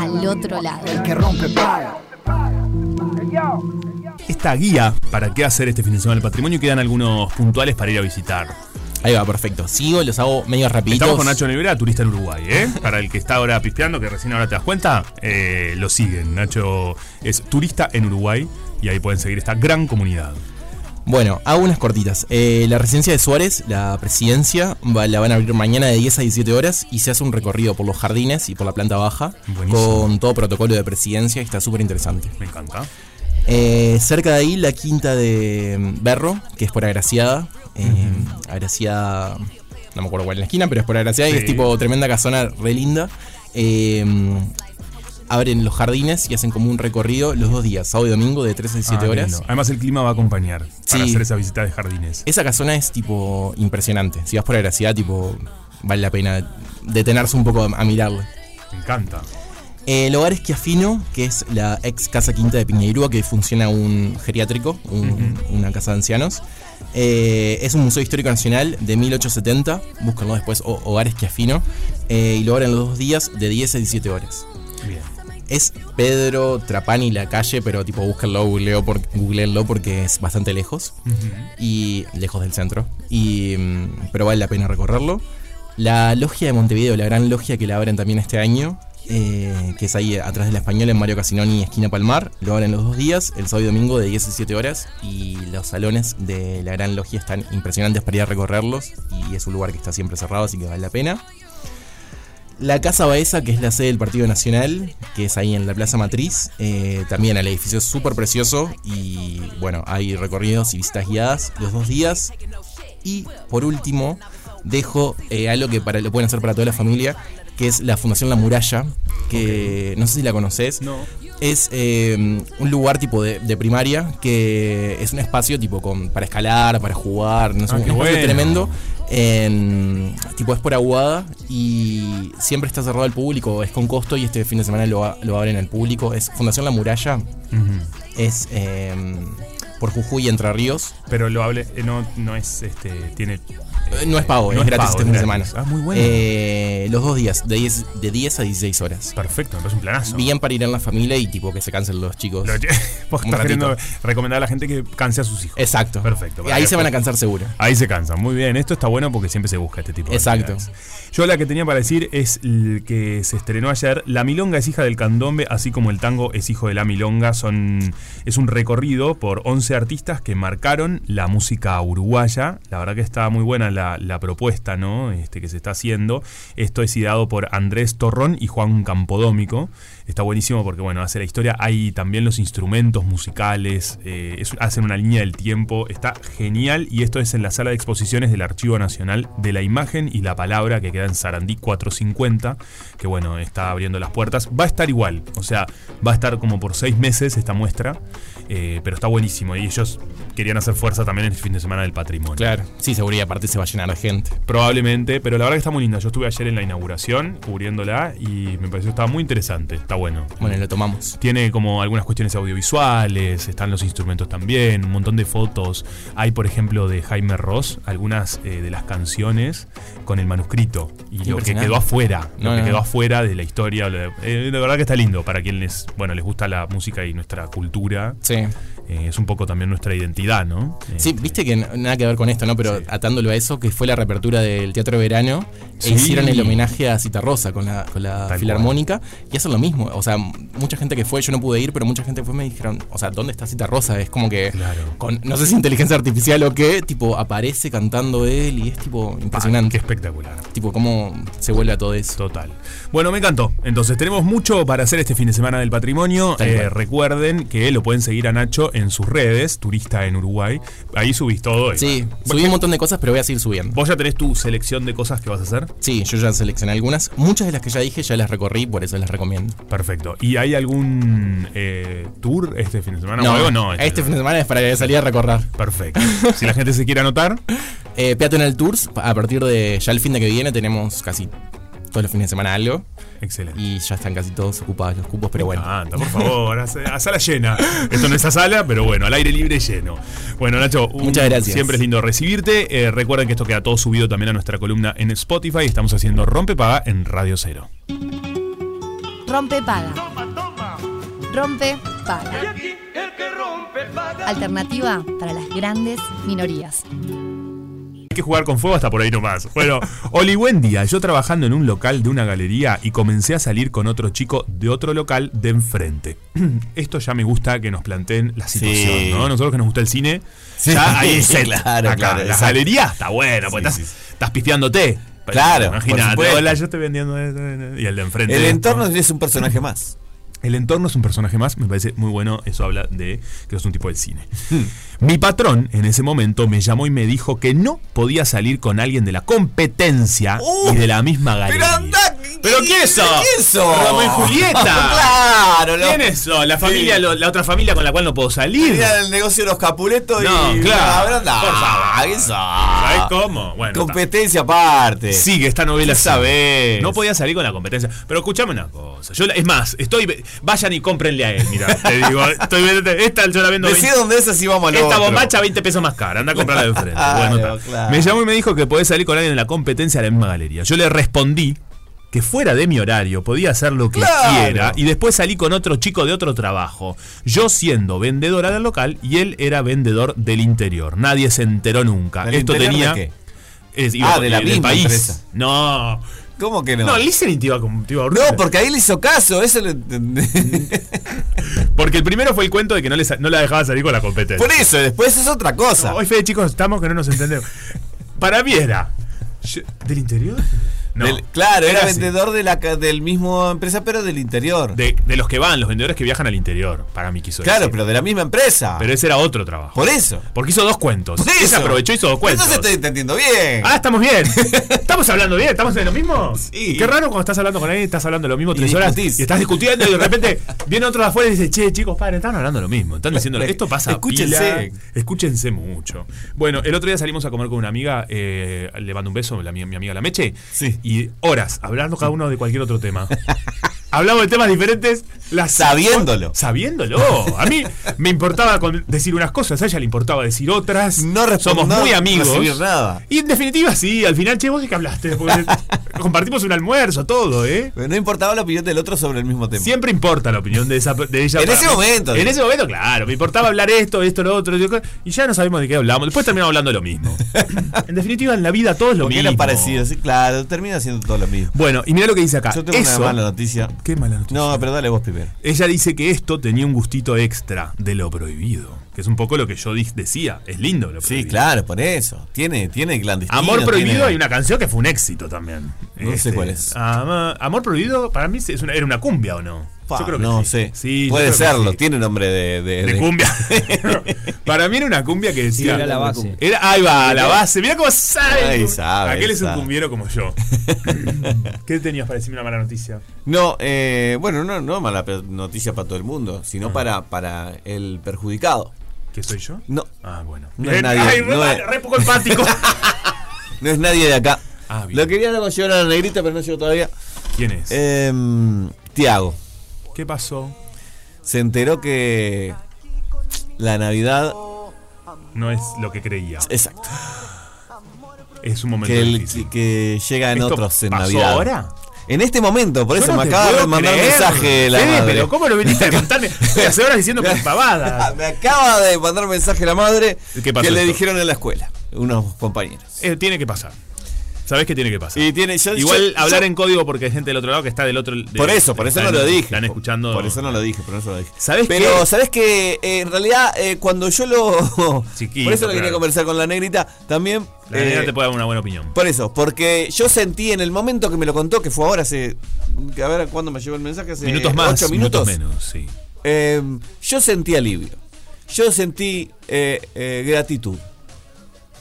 al otro lado. El que rompe paga. esta guía para qué hacer este fin de semana del patrimonio y quedan algunos puntuales para ir a visitar. Ahí va, perfecto. Sigo, los hago medio rapiditos. Estamos con Nacho Nevera, turista en Uruguay, ¿eh? Para el que está ahora pispeando, que recién ahora te das cuenta, eh, lo siguen. Nacho es turista en Uruguay y ahí pueden seguir esta gran comunidad. Bueno, hago unas cortitas. Eh, la residencia de Suárez, la presidencia, va- la van a abrir mañana de 10 a 17 horas y se hace un recorrido por los jardines y por la planta baja Buenísimo. con todo protocolo de presidencia y está súper interesante. Me encanta. Eh, cerca de ahí la quinta de mm, Berro, que es por Agraciada. Eh, Agraciada, no me acuerdo cuál es la esquina, pero es por Agraciada y Sí. es tipo tremenda casona re linda. Eh, mm, abren los jardines y hacen como un recorrido los dos días, sábado y domingo, de 3 a 17 Ah, horas. lindo. Además, el clima va a acompañar para Sí. hacer esa visita de jardines. Esa casona es tipo impresionante. Si vas por Agraciada, tipo, vale la pena detenerse un poco a mirarla. Me encanta. El hogar Esquiafino, que es la ex casa quinta de Piñeirúa, que funciona un geriátrico, un- una casa de ancianos. Eh, es un museo histórico nacional de 1870. Búsquenlo después, o- Hogar Esquiafino. Eh, y lo abren los dos días de 10 a 17 horas. Bien. Es Pedro Trapani la calle, pero tipo búsquenlo, googleo por- googleenlo porque es bastante lejos y lejos del centro. Y, mm, pero vale la pena recorrerlo. La logia de Montevideo, la gran logia que la abren también este año, eh, que es ahí atrás de la española en Mario Casinoni, esquina Palmar, lo abren los dos días, el sábado y domingo de 10 a 17 horas. Y los salones de la gran logia están impresionantes para ir a recorrerlos. Y es un lugar que está siempre cerrado, así que vale la pena. La Casa Baeza, que es la sede del Partido Nacional, que es ahí en la Plaza Matriz. eh, también el edificio es súper precioso y bueno, hay recorridos y visitas guiadas los dos días. Y por último, dejo eh, algo que para, lo pueden hacer para toda la familia, que es la Fundación La Muralla, que no sé si la conoces. Es eh, un lugar tipo de, de primaria que es un espacio tipo con, para escalar, para jugar, no sé, Ah, un qué espacio bueno. tremendo en- tipo es por aguada y siempre está cerrado al público, es con costo y este fin de semana lo, a- lo abren al público. Es Fundación La Muralla, es eh, por Jujuy y Entre Ríos. Pero lo hable, eh, no, no es este. Tiene. eh, Eh, No es pago, no es gratis pago, este fin de es semana. gratis. Ah, muy bueno. Eh, los dos días, de 10, de 10 a 16 horas. Perfecto, me parece un planazo. Bien para ir en la familia y tipo que se cansen los chicos. Lo- Vos Un estás queriendo ratito. recomendar a la gente que canse a sus hijos. Exacto. Perfecto. Ahí se van a cansar seguro. Ahí se cansan, muy bien. Esto está bueno porque siempre se busca este tipo de Exacto. actividades. Yo la que tenía para decir es el que se estrenó ayer. La milonga es hija del candombe, así como el tango es hijo de la milonga. Son, es un recorrido por 11 artistas que marcaron la música uruguaya. La verdad que está muy buena la, la propuesta ¿no? este, que se está haciendo. Esto es ideado por Andrés Torrón y Juan Campodómico. Está buenísimo porque, bueno, hace la historia. Hay también los instrumentos musicales, eh, es- hacen una línea del tiempo. Está genial y esto es en la sala de exposiciones del Archivo Nacional de la Imagen y la Palabra que queda en Sarandí 450, que, bueno, está abriendo las puertas. Va a estar igual, o sea, va a estar como por seis meses esta muestra, eh, pero está buenísimo y ellos querían hacer fuerza también en el fin de semana del patrimonio. Claro, sí, seguridad, aparte se va a llenar de gente. Probablemente, pero la verdad que está muy linda. Yo estuve ayer en la inauguración cubriéndola y me pareció que estaba muy interesante. Está bueno. Bueno, lo tomamos. Tiene como algunas cuestiones audiovisuales, están los instrumentos también, un montón de fotos. Hay, por ejemplo, de Jaime Ross, algunas eh, de las canciones con el manuscrito y lo que Impresionante. quedó afuera. No, lo que no. quedó afuera de la historia. lo de- eh, la verdad que está lindo para quien les, bueno, les gusta la música y nuestra cultura. eh, Sí. es un poco también nuestra identidad, ¿no? Eh, Sí, viste que n- nada que ver con esto, ¿no? Pero atándolo a eso, que fue la reapertura del Teatro Verano, e Sí. hicieron el homenaje a Cita Rosa con la, con la Filarmónica y hacen lo mismo. O sea, m- mucha gente que fue, yo no pude ir, pero mucha gente fue y me dijeron, o sea, ¿dónde está Cita Rosa? Es como que, con, no sé si inteligencia artificial o qué, tipo, aparece cantando él y es tipo impresionante. Qué Ah, espectacular. Tipo, cómo se vuelve a todo eso. Total. Bueno, me encantó. Entonces, tenemos mucho para hacer este fin de semana del patrimonio. Tal Eh, cual. recuerden que lo pueden seguir a Nacho en sus redes, turista en Uruguay. Ahí subís todo. Sí, subí un montón de cosas, pero voy a seguir subiendo. ¿Vos ya tenés tu selección de cosas que vas a hacer? Sí, yo ya seleccioné algunas. Muchas de las que ya dije ya las recorrí, por eso las recomiendo. Perfecto. ¿Y hay algún eh, tour este fin de semana? No, o algo? no. este fin de semana es para salir a recorrer. Perfecto. Si la gente se quiere anotar. Eh, Peatonal Tours, a partir de ya el fin de que viene tenemos casi todos los fines de semana algo. Excelente. Y ya están casi todos ocupados los cupos, pero bueno. Ah, por favor, a, a sala llena. Esto no es a sala, pero bueno, al aire libre lleno. Bueno, Nacho, un- Muchas gracias. Siempre es lindo recibirte. Eh, recuerden que esto queda todo subido también a nuestra columna en Spotify. Estamos haciendo Rompe Paga en Radio Cero. Rompe paga. Rompe paga. Alternativa para las grandes minorías. Hay que jugar con fuego hasta por ahí nomás. Bueno, Oli, buen día. Yo trabajando en un local de una galería y comencé a salir con otro chico de otro local de enfrente. Esto ya me gusta que nos planteen la situación, Sí. ¿no? Nosotros que nos gusta el cine, Sí, ya ahí es set. claro, Acá, claro, la exacto. galería está buena, pues estás, estás pifiándote. Claro, por Imagínate, supuesto. hola, yo estoy vendiendo esto, esto", y el de enfrente. El esto. entorno es un personaje más. El entorno es un personaje más, me parece muy bueno, eso habla de que es un tipo del cine. Hmm. Mi patrón en ese momento me llamó y me dijo que no podía salir con alguien de la competencia y de la misma galería. ¿Pero qué es eso? Uh, ¿Qué es eso? Romeo y Julieta. Claro, lo- ¿Quién es eso? La familia, Sí. lo- la otra familia con la cual no puedo salir. Mira el negocio de los capuletos No, y. claro. Por Por favor. ¿Sabés cómo? Bueno, está. Competencia aparte. Sigue esta novela. ¿Qué sigue. sabés? No podía salir con la competencia. Pero escuchame una cosa. Yo, la- es más, estoy. Vayan y cómprenle a él, mira. Te digo, estoy, esta yo la vendo. Decí dónde es así vamos al Esta otro. bombacha 20 pesos más cara. Anda a comprarla de enfrente. Claro, Bueno, está. claro. Me llamó y me dijo que podés salir con alguien en la competencia de la misma galería. Yo le respondí que fuera de mi horario podía hacer lo que Claro. quiera y después salí con otro chico de otro trabajo. Yo siendo vendedora del local y él era vendedor del interior. Nadie se enteró nunca. ¿Del Esto interior tenía de qué? Es- Ah, de la del misma país. empresa. No. ¿Cómo que no? No, Listening te iba, con- te iba a No, ahorcar. porque ahí le hizo caso. Eso le- Porque el primero fue el cuento de que no, le sa- no la dejaba salir con la competencia. Por eso, después es otra cosa. Hoy, Fede, chicos, estamos que no nos entendemos. Para mí era. yo- ¿Del interior? No. Del- claro, era, así. vendedor de la ca- del mismo empresa, pero del interior. De, de los que van, los vendedores que viajan al interior, para mí quiso Claro, decir. pero de la misma empresa. Pero ese era otro trabajo. Por eso. Porque hizo dos cuentos. Por Ella eso. aprovechó y hizo dos cuentos. Entonces estoy entendiendo bien. Ah, estamos bien. Estamos hablando bien, estamos en lo mismo. Qué raro cuando estás hablando con alguien, estás hablando lo mismo tres horas y discutís. estás discutiendo y de repente viene otro de afuera y dice, che, chicos, padre, están hablando lo mismo. Están diciendo, esto pasa Escúchense. pila. Escúchense mucho. Bueno, el otro día salimos a comer con una amiga, eh, le mando un beso, la- mi, mi amiga La Meche. Y horas hablando cada uno de cualquier otro tema. Hablamos de temas diferentes, las Sabiéndolo. Sabiéndolo. A mí me importaba con- decir unas cosas, a ella le importaba decir otras. No Somos no muy amigos. recibir nada. Y en definitiva, sí, al final, che, vos de qué hablaste. Porque compartimos un almuerzo, todo, ¿eh? Pero no importaba la opinión del otro sobre el mismo tema. Siempre importa la opinión de, esa, de ella. En para ese mí. momento, En digo. ese momento, claro. Me importaba hablar esto, esto, lo otro. yo- Y ya no sabemos de qué hablamos. Después terminamos hablando lo mismo. En definitiva, en la vida todo es lo Porque mismo. era parecido, sí, claro, termina siendo todo lo mismo. Bueno, y mira lo que dice acá. Yo tengo Eso- una mala noticia. Qué mala noticia. No, pero dale vos primero. volver. Ella dice que esto tenía un gustito extra de lo prohibido. Que es un poco lo que yo di- decía. Es lindo lo prohibido. Sí, claro, por eso. Tiene, tiene clandestino. Amor Prohibido Este, tiene- hay una canción que fue un éxito también. No sé cuál es. Ama- Amor Prohibido para mí es una- era una cumbia o no. Pa, yo creo que no sí. sé. Sí, yo Puede creo que serlo, sí. tiene nombre de. De, De de- cumbia. para mí era una cumbia que decía. era la base. Era- ahí va, la base. Mirá cómo sabe. Ahí sabe, Aquel es un sabe. cumbiero como yo. ¿Qué tenías para decirme una mala noticia? No, eh, bueno, no, no mala pe- noticia para todo el mundo, sino para, para el perjudicado. Ah. ¿Que soy yo? No. Ah, bueno. No es Bien. nadie. Ay, re- no, es, re poco empático. Ah, no es nadie de acá. Lo quería hablar con señora Negrita, pero no llegó todavía. Em, ¿Quién es? Tiago. ¿Qué pasó? Se enteró que la Navidad No es lo que creía. Exacto. Es un momento que, el- difícil. que llegan ¿Esto otros en pasó Navidad. ahora? En este momento, por Yo eso no me te acaba de puedo mandar un creer. mensaje la Fede, madre. pero ¿cómo lo viniste a contarme? Hace horas diciendo que es pavada. me acaba de mandar un mensaje la madre ¿Qué pasó que le esto? dijeron en la escuela, unos compañeros. Eh, tiene que pasar. ¿Sabés qué tiene que pasar? Y tiene, yo- Igual yo- hablar yo- en código porque hay gente del otro lado que está del otro. de- Por eso, por eso están- no lo dije. Están escuchando. Por eso no lo dije, por eso no lo dije. ¿Sabés Pero qué? sabes que en realidad eh, cuando yo lo... por eso lo quería claro. conversar con la negrita también. La negra eh, te puede dar una buena opinión. Por eso, porque yo sentí en el momento que me lo contó, que fue ahora hace... que A ver cuándo me llegó el mensaje, hace Minutos más, ocho minutos minutos. menos, sí. Eh, yo sentí alivio. Yo sentí eh, eh, gratitud.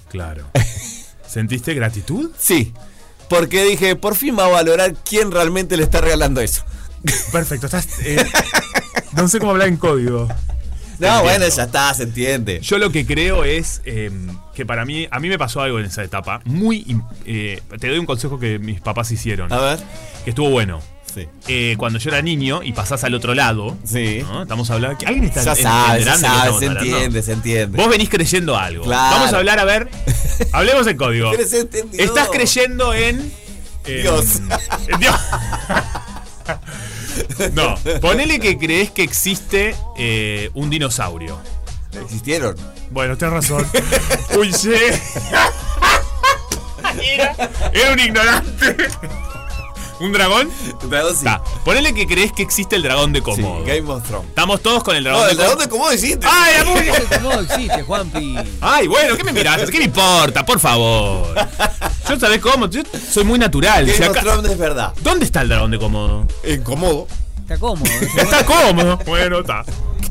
Claro. ¿Sentiste gratitud? Sí. Porque dije, por fin va a valorar quién realmente le está regalando eso. Perfecto, estás... eh, no sé cómo hablar en código. No, Entiendo. bueno, ya está, se entiende. Yo lo que creo es eh, que para mí, a mí me pasó algo en esa etapa. Muy. im- eh, te doy un consejo que mis papás hicieron. A ver. Que estuvo bueno. Sí. Eh, cuando yo era niño y pasás al otro lado. Sí. ¿no? Estamos hablando. ¿Alguien está Ya en- sabe, ya enterando que sabe, estamos se hablando? entiende, se entiende. Vos venís creyendo algo. Claro. Vamos a hablar, a ver. Hablemos en código. Pero se entendió. Estás creyendo en. eh, Dios. en Dios. no. Ponele que crees que existe eh, un dinosaurio. Existieron. Bueno, tenés razón. Uy, sí. Era, era un ignorante. ¿Un dragón? Un dragón sí. Ta, Ponele que crees que existe el dragón de Komodo. Game of Thrones. Estamos todos con el dragón No, de el dragón de cómo hiciste. ¡Ay, la puta! No existe, Juanpi. Ay, bueno, ¿qué me mirás? ¿Qué me importa? Por favor. Yo sabés cómo, yo soy muy natural. Si Game of acá- Thrones es verdad. ¿Dónde está el dragón de Komodo? Incomodo. Está cómodo. ¿eh? Está cómodo. Bueno, está.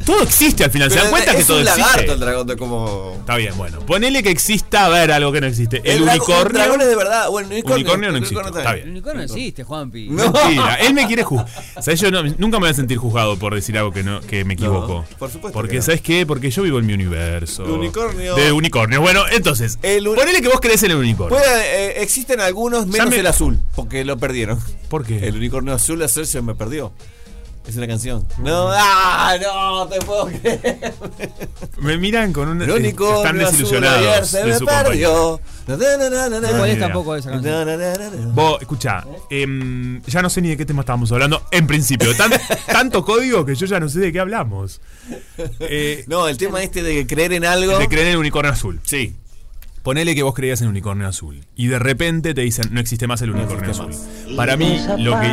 Todo existe al final. ¿Se dan cuenta que todo un lagarto existe? el dragón de cómo. Está bien, bueno. Ponele que exista, a ver, algo que no existe. El, dra- unicornio. El dragón es de verdad. Bueno, el unicornio, Unicornio no el existe, unicornio está El bien. unicornio no existe, Juanpi. Mentira, él me quiere juzgar. ¿Sabes? Yo no- nunca me voy a sentir juzgado por decir algo que, no, que me equivoco. por supuesto Porque, que no. ¿sabes qué? Porque yo vivo en mi universo. El unicornio. De unicornio. Bueno, entonces, El uni- ponele que vos crees en el unicornio. Puede, eh, existen algunos menos me- el azul, porque lo perdieron. ¿Por qué? El unicornio azul azul se me perdió. Es una canción. No, ah, no, te puedo creer. Me miran con un. El eh, único están ayer desilusionados. se de me su compañía. perdió. No, no, no, no, no, No no. podés idea. tampoco esa canción. No, no, no, no, no. Vos, escuchá, em, ya no sé ni de qué tema estábamos hablando en principio. Tan- tanto código que yo ya no sé de qué hablamos. Eh, No, el tema este de creer en algo. De creer en el unicornio azul. Sí. Ponele que vos creías en el unicornio azul. Y de repente te dicen, no existe más el unicornio azul. Para mí, lo que.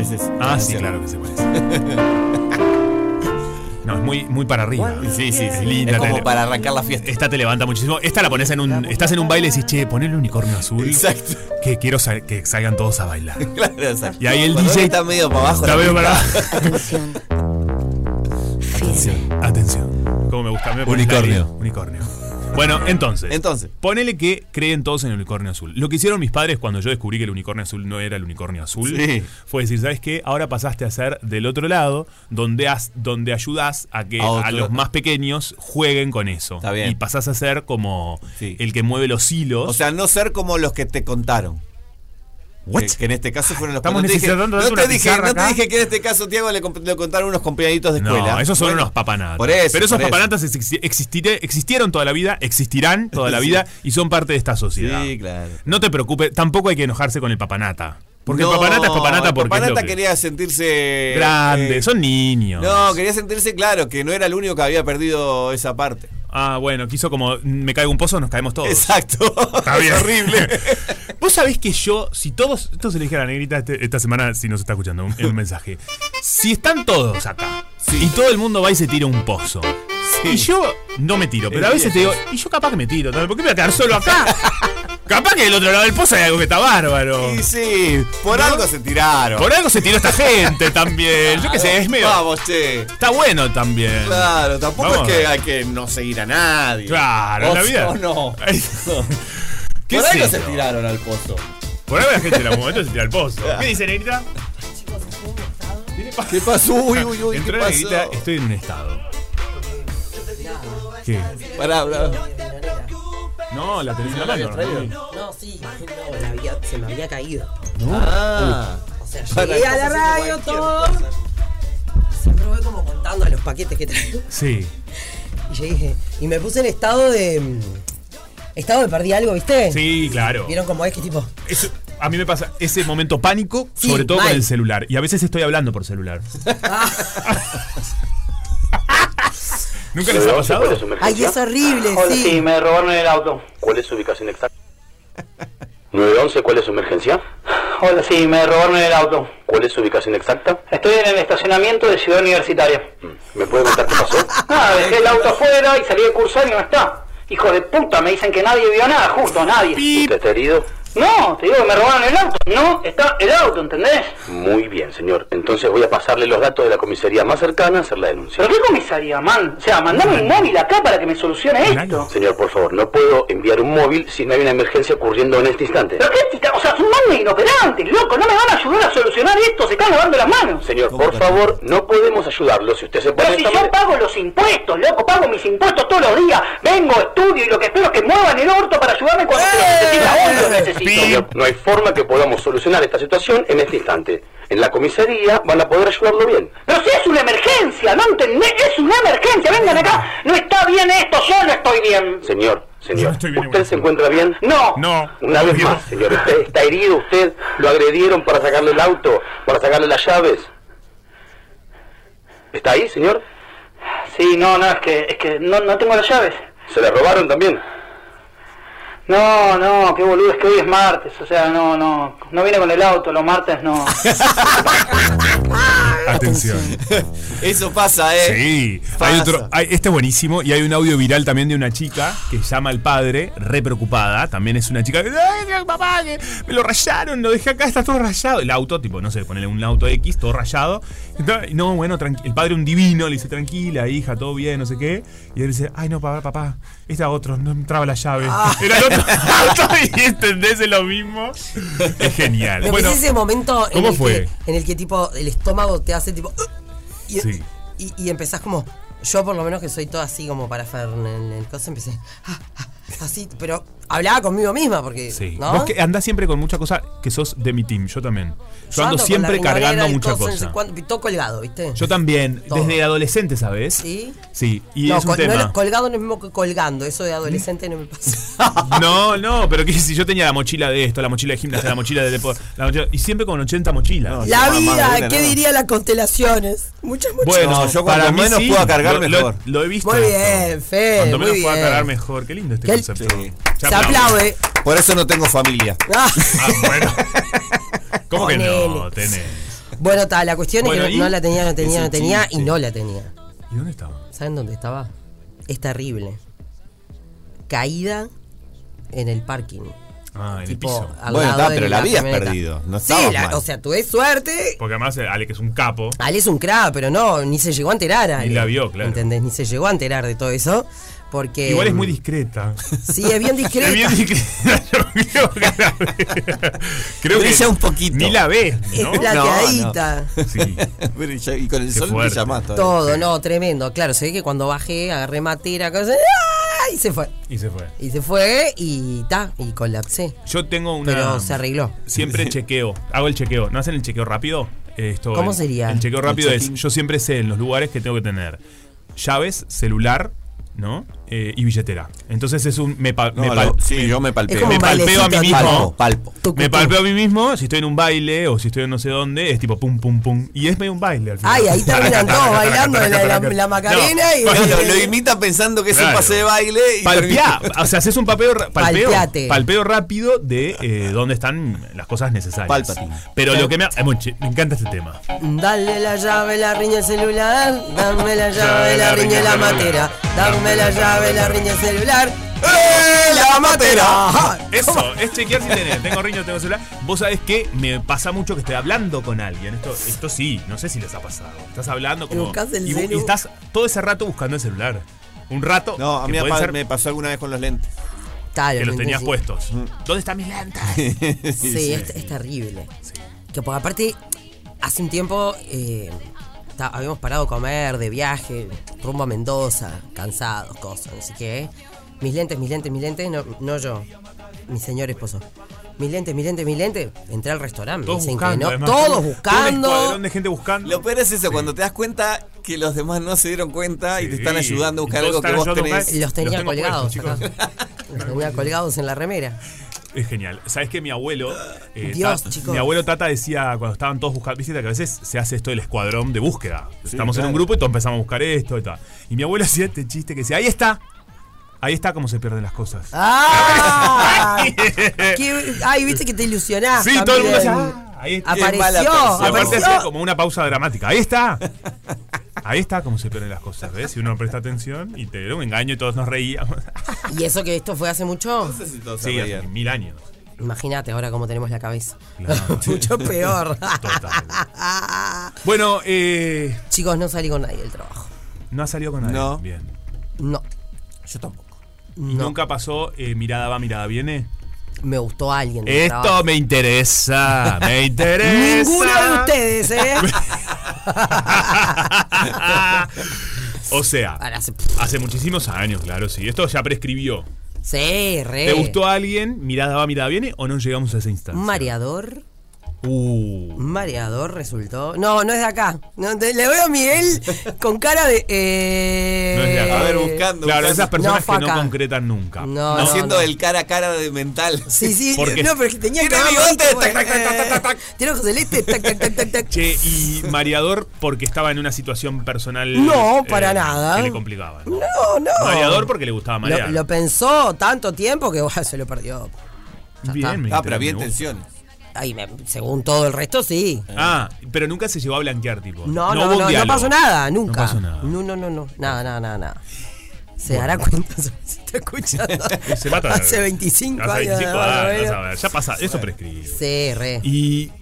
Ese es- Ah, sí, claro que se parece. No, es muy, muy para arriba. Sí, sí, es linda. Es como te- para arrancar la fiesta. Esta te levanta muchísimo. Esta la pones en un. Estás en un baile y decís, che, ponle el unicornio azul. Exacto. Que quiero sal- que salgan todos a bailar. Claro, exacto. Y ahí el Cuando DJ está medio para abajo. La veo para. Atención. Fede. Atención. Como me gusta. me pones la Unicornio. ley. Unicornio. Bueno, entonces. Entonces. Ponele que creen todos en el unicornio azul. Lo que hicieron mis padres cuando yo descubrí que el unicornio azul no era el unicornio azul Sí. fue decir, ¿sabes qué? Ahora pasaste a ser del otro lado, donde, has, donde ayudás a que A a, otro. los más pequeños jueguen con eso. Está bien. Y pasás a ser como Sí. el que mueve los hilos. O sea, no ser como los que te contaron. What? Que, que en este caso fueron los Estamos no te dije, necesitando no una te dije, pizarra no te acá. dije que en este caso Tiago le, comp- le contaron unos compañeritos de escuela. No, esos son Bueno, unos papanatas. Por eso. Pero esos por eso. papanatas exi- existiré- existieron toda la vida, existirán toda la vida y son parte de esta sociedad. Sí, claro. No te preocupes, tampoco hay que enojarse con el papanata. Porque No, el papanata es papanata el porque es lo papanata que- quería sentirse grande, eh, son niños. No, quería sentirse claro que no era el único que había perdido esa parte. Ah, bueno, quiso como me caigo un pozo, nos caemos todos. Exacto. Está bien. horrible. Vos sabés que yo, si todos, esto se le dije a la negrita este- esta semana, si nos está escuchando, un, un mensaje. Si están todos acá y todo el mundo va y se tira un pozo. Y yo no me tiro, pero Es a veces te digo, viejo. y yo capaz que me tiro, ¿no? ¿por qué me voy a quedar solo acá? capaz que del otro lado del pozo hay algo que está bárbaro. Y sí, por algo se tiraron. Por algo se tiró esta gente también. Eh, Yo qué sé, es medio. Vamos, che. Está bueno también. Claro, tampoco Vamos. es que hay que no seguir a nadie. Claro, O- en la vida. o no. ¿Qué Por es algo se eso? tiraron al pozo. Por algo la gente en algún momento se tira al pozo. ¿Qué dice negrita? ¿Qué pasó? Uy, uy, uy, ¿qué Entró pasó? negrita, estoy en un estado. ¿Qué? Pará, pará. No, la tenés en la ¿No la mano. habías ¿no? No, sí, no, la había- se me había caído. No. Ah. O sea, Para llegué a la cosas haciendo radio, cualquier todo. Siempre voy como contando los paquetes que traigo. Sí. Y yo dije, y me puse en estado de. mm, Estado de perdí algo, ¿viste? Sí, claro. ¿Vieron cómo es que tipo? Eso- a mí me pasa ese momento pánico, Sí, sobre todo mal. con el celular. Y a veces estoy hablando por celular. ¿Nunca les ha pasado? Ay, es horrible, sí. me robaron el auto. ¿Cuál es su ubicación exacta? 911, ¿cuál es su emergencia? Hola, sí, me robaron el auto. ¿Cuál es su ubicación exacta? Estoy en el estacionamiento de Ciudad Universitaria. ¿Me puede contar qué pasó? Nada, Ah, dejé el auto afuera y salí de cursar y no está. Hijo de puta, me dicen que nadie vio nada, justo, nadie. ¿Usted está herido? No, te digo que me robaron el auto. No, está el auto, ¿entendés? Muy bien, señor. Entonces voy a pasarle los datos de la comisaría más cercana a hacer la denuncia. ¿Pero qué comisaría, man? O sea, mandame un móvil acá para que me solucione esto. Señor, por favor, no puedo enviar un móvil si no hay una emergencia ocurriendo en este instante. ¿Pero qué? tita- O sea, son manos inoperantes, loco. No me van a ayudar a solucionar esto. Se están lavando las manos. Señor, por favor, no podemos ayudarlo si usted se pone Pero esta si yo manera- pago los impuestos, loco. Pago mis impuestos todos los días. Vengo, estudio y lo que espero es que muevan el orto para ayudarme ¡Eh! cuando se lo necesita. Hoy lo necesito. No hay forma que podamos solucionar esta situación en este instante. En la comisaría van a poder ayudarlo bien. Pero si es una emergencia, ¿no entendés? Es una emergencia, vengan acá. No está bien esto, yo no estoy bien. Señor, señor, ¿usted se encuentra bien? No. No. Una vez más, señor, usted está herido, usted lo agredieron para sacarle el auto, para sacarle las llaves. ¿Está ahí, señor? Sí, no, no, es que, es que no, no tengo las llaves. ¿Se la robaron también? No, no, qué boludo, es que hoy es martes, o sea, no, no, no viene con el auto, los martes no. Atención. Eso pasa, ¿eh? Sí. Hay otro, hay- este es buenísimo y hay un audio viral también de una chica que llama al padre, re preocupada. También es una chica que... "Ay, papá, que me lo rayaron, lo dejé acá, está todo rayado. El auto, tipo, no sé, ponele un auto X, todo rayado. Entonces, No, bueno, tranqui- el padre un divino, le dice, tranquila, hija, todo bien, no sé qué. Y él dice, ay, no, papá, papá, esta otro, no me traba la llave. Ah. Era el otro auto y entendés, es lo mismo. Es genial. Me bueno, parece ese momento en ¿cómo el fue? Que, en el que tipo el estómago te hace tipo. "Ugh", Y, Sí. y, y empezás como. Yo por lo menos que soy toda así como para hacer en el coso, empecé. "Ah, ah", así, pero hablaba conmigo misma porque. Sí. ¿no? Vos que andás siempre con mucha cosa que sos de mi team, yo también. Yo, Yo ando, con siempre la cargando riñonera y mucha coso, no sé cosa. cuánto, y todo colgado, ¿viste? Yo también, Todo. desde adolescente, ¿sabes? Sí. Sí, y no, es un col- no tema. era- colgado no es mismo que colgando, eso de adolescente no me pasa. No, no, pero que si yo tenía la mochila de esto, la mochila de gimnasia, la mochila de deporte, la mochila- y siempre con 80 mochilas. la vida, ¿qué diría las constelaciones? Muchas, muchas Bueno, No, yo cuanto para mí menos sí, pueda cargar, lo- lo- mejor. Lo, he visto. Muy esto. bien, Fede, Cuanto Eh, muy menos pueda bien. cargar mejor. Qué lindo este Qué- concepto. Se aplaude. Por eso no tengo familia. Ah. ¿Cómo que no Ponele. tenés? Bueno, ta, la cuestión Bueno, es que ¿y? no, no la tenía, no tenía, Es no un tenía y chiste. no la tenía. ¿Y dónde estaba? ¿Saben dónde estaba? Es terrible. Caída en el parking. Ah, en el Tipo, piso. al Bueno, lado está, de pero la la habías camioneta. perdido, no Sí, estabas la- mal. o sea, tuve suerte. Porque además eh, Ale, que es un capo. Ale es un crack, pero no, ni se llegó a enterar. Ale. Ni la vio, claro. ¿Entendés? Ni se llegó a enterar de todo eso. Porque. Igual es muy mm, discreta. Sí, es bien discreta. Es bien discreta. Yo creo que la ve. Creo que Brilla un poquito. Ni la ve, ¿no? Es plateadita. Sí. Brilla- y con el Qué sol fuerte. brilla más todavía. Todo, no, tremendo. Claro, se ve que cuando bajé, agarré matera, cosa, ¡ah! y se fue. Y se fue. Y se fue y ta, y colapsé. Yo tengo una. Pero se arregló. Siempre chequeo. Hago el chequeo. ¿No hacen el chequeo rápido? Eh, esto, ¿Cómo el- sería? El chequeo El rápido es. check-in. Yo siempre sé en los lugares que tengo que tener llaves, celular, ¿no? Eh, y billetera. Entonces es un. Me pa- No, me pal- lo- sí, yo me palpeo. Es como Me un palpeo a mí bailecito, mismo. palpo, palpo. Me palpeo a mí mismo. Si estoy en un baile o si estoy en no sé dónde, es tipo pum, pum, pum. Y es medio un baile al final. Ay, ahí terminan todos bailando la, la- la Macarena y. No, Claro, lo imita pensando que es un Claro. pase de baile y Palpeá. O sea, haces un papeo, ra- palpeo, Palpeate. palpeo rápido de eh, dónde están las cosas necesarias. Pero lo que me. ha- Mochi, me encanta este tema. Dale la llave, la riña el celular. Dame la llave, la riña la matera. Dame la llave, la riña el celular. ¡Eh, la matera! Ajá. Eso, es chequear si tenés. Tengo riño, tengo celular. Vos sabés que me pasa mucho que estoy hablando con alguien. Esto, esto sí, no sé si les ha pasado. Estás hablando Te como. buscas el y, bu- y celu. estás todo ese rato buscando el celular. Un rato. No, a que mí puede apa- ser me pasó alguna vez con los lentes. Ah, que los tenías puestos. Mm. ¿Dónde están mis lentes? Sí, Sí, sí. Es, es terrible. Que porque aparte, hace un tiempo eh, ta- habíamos parado a comer de viaje, rumbo a Mendoza, cansados, cosas, no sé qué. Mis lentes, mis lentes, mis lentes, no, no yo, mi señor esposo. Mis lentes, mis lentes, mis lentes. Entré al restaurante, me Todos dicen que buscando, no, además. todos Un buscando. escuadrón de gente buscando. Lo peor es eso, cuando te das cuenta que los demás no se dieron cuenta y te están ayudando a buscar Todos algo que están vos ayudando a tenés. buscar- Los tenía tengo colgados puestos, acá. Los tenía colgados en la remera. Es genial. Sabes que mi abuelo. eh, Dios, ta- chicos. Mi abuelo Tata decía cuando estaban todos buscando. Viste que a veces se hace esto del escuadrón de búsqueda. Sí, Estamos en claro. un grupo y todos empezamos a buscar esto y tal. Y mi abuelo hacía este chiste que decía: Ahí está. Ahí está cómo se pierden las cosas. ¡Ah! Qué- ay, viste que te ilusionás. Sí, todo el mundo también. decía, "Ah, ahí está". Apareció, Y aparte apareció. hacía como una pausa dramática. Ahí está. Ahí está cómo se pierden las cosas, ¿ves? Si uno presta atención y te era un engaño y todos nos reíamos. Y eso que esto fue hace mucho. Sí, hace mil años. Imagínate ahora cómo tenemos la cabeza. mucho peor. bueno, eh... Chicos, no salí con nadie del trabajo. No ha salido con nadie. No. Bien. No. Yo tampoco. Y nunca pasó eh, mirada va, mirada viene. Me gustó alguien del Esto trabajo. me interesa, me interesa. Ninguno de ustedes, ¿eh? O sea, hace, muchísimos años, claro, sí. Esto ya prescribió. sí, Eh, re. ¿Te gustó alguien? Mirada va, mirada viene o no llegamos a ese instante. Un mareador. Uh. Un mareador Mm. resultó. No, no es de acá. No, te- le veo a Miguel con cara de. eh, No es de acá. Claro, esas personas fue que no acá. concretan nunca. No, no, Haciendo no. el cara a cara de mental. Sí, sí. Porque- No, pero es que tenía Tiene que bigote, tac, tac, tac, tac, tac, tac. Tiene ojos celeste, tac, tac, tac, tac, tac. Che, y mareador porque estaba en una situación personal. eh, No, para nada. Que le complicaba. ¿no? No, no. Mareador porque le gustaba marear. Lo, lo pensó tanto tiempo que bueno, se lo perdió. Ya está. Bien, me Ah, pero interesa, había me gusta. intenciones. Ay, me- según todo el resto, sí. Ah, pero nunca se llegó a blanquear, tipo. No, hubo no, un no, no, diálogo. pasó nada, nunca. No pasó nada. No, no, no, no. Nada, nada, nada, nada. Se Bueno. dará cuenta si está escuchando. Se mata. Hace 25 Hace años. 25 más o años, menos. a ver, ya pasa, eso prescribe. Sí, re. Y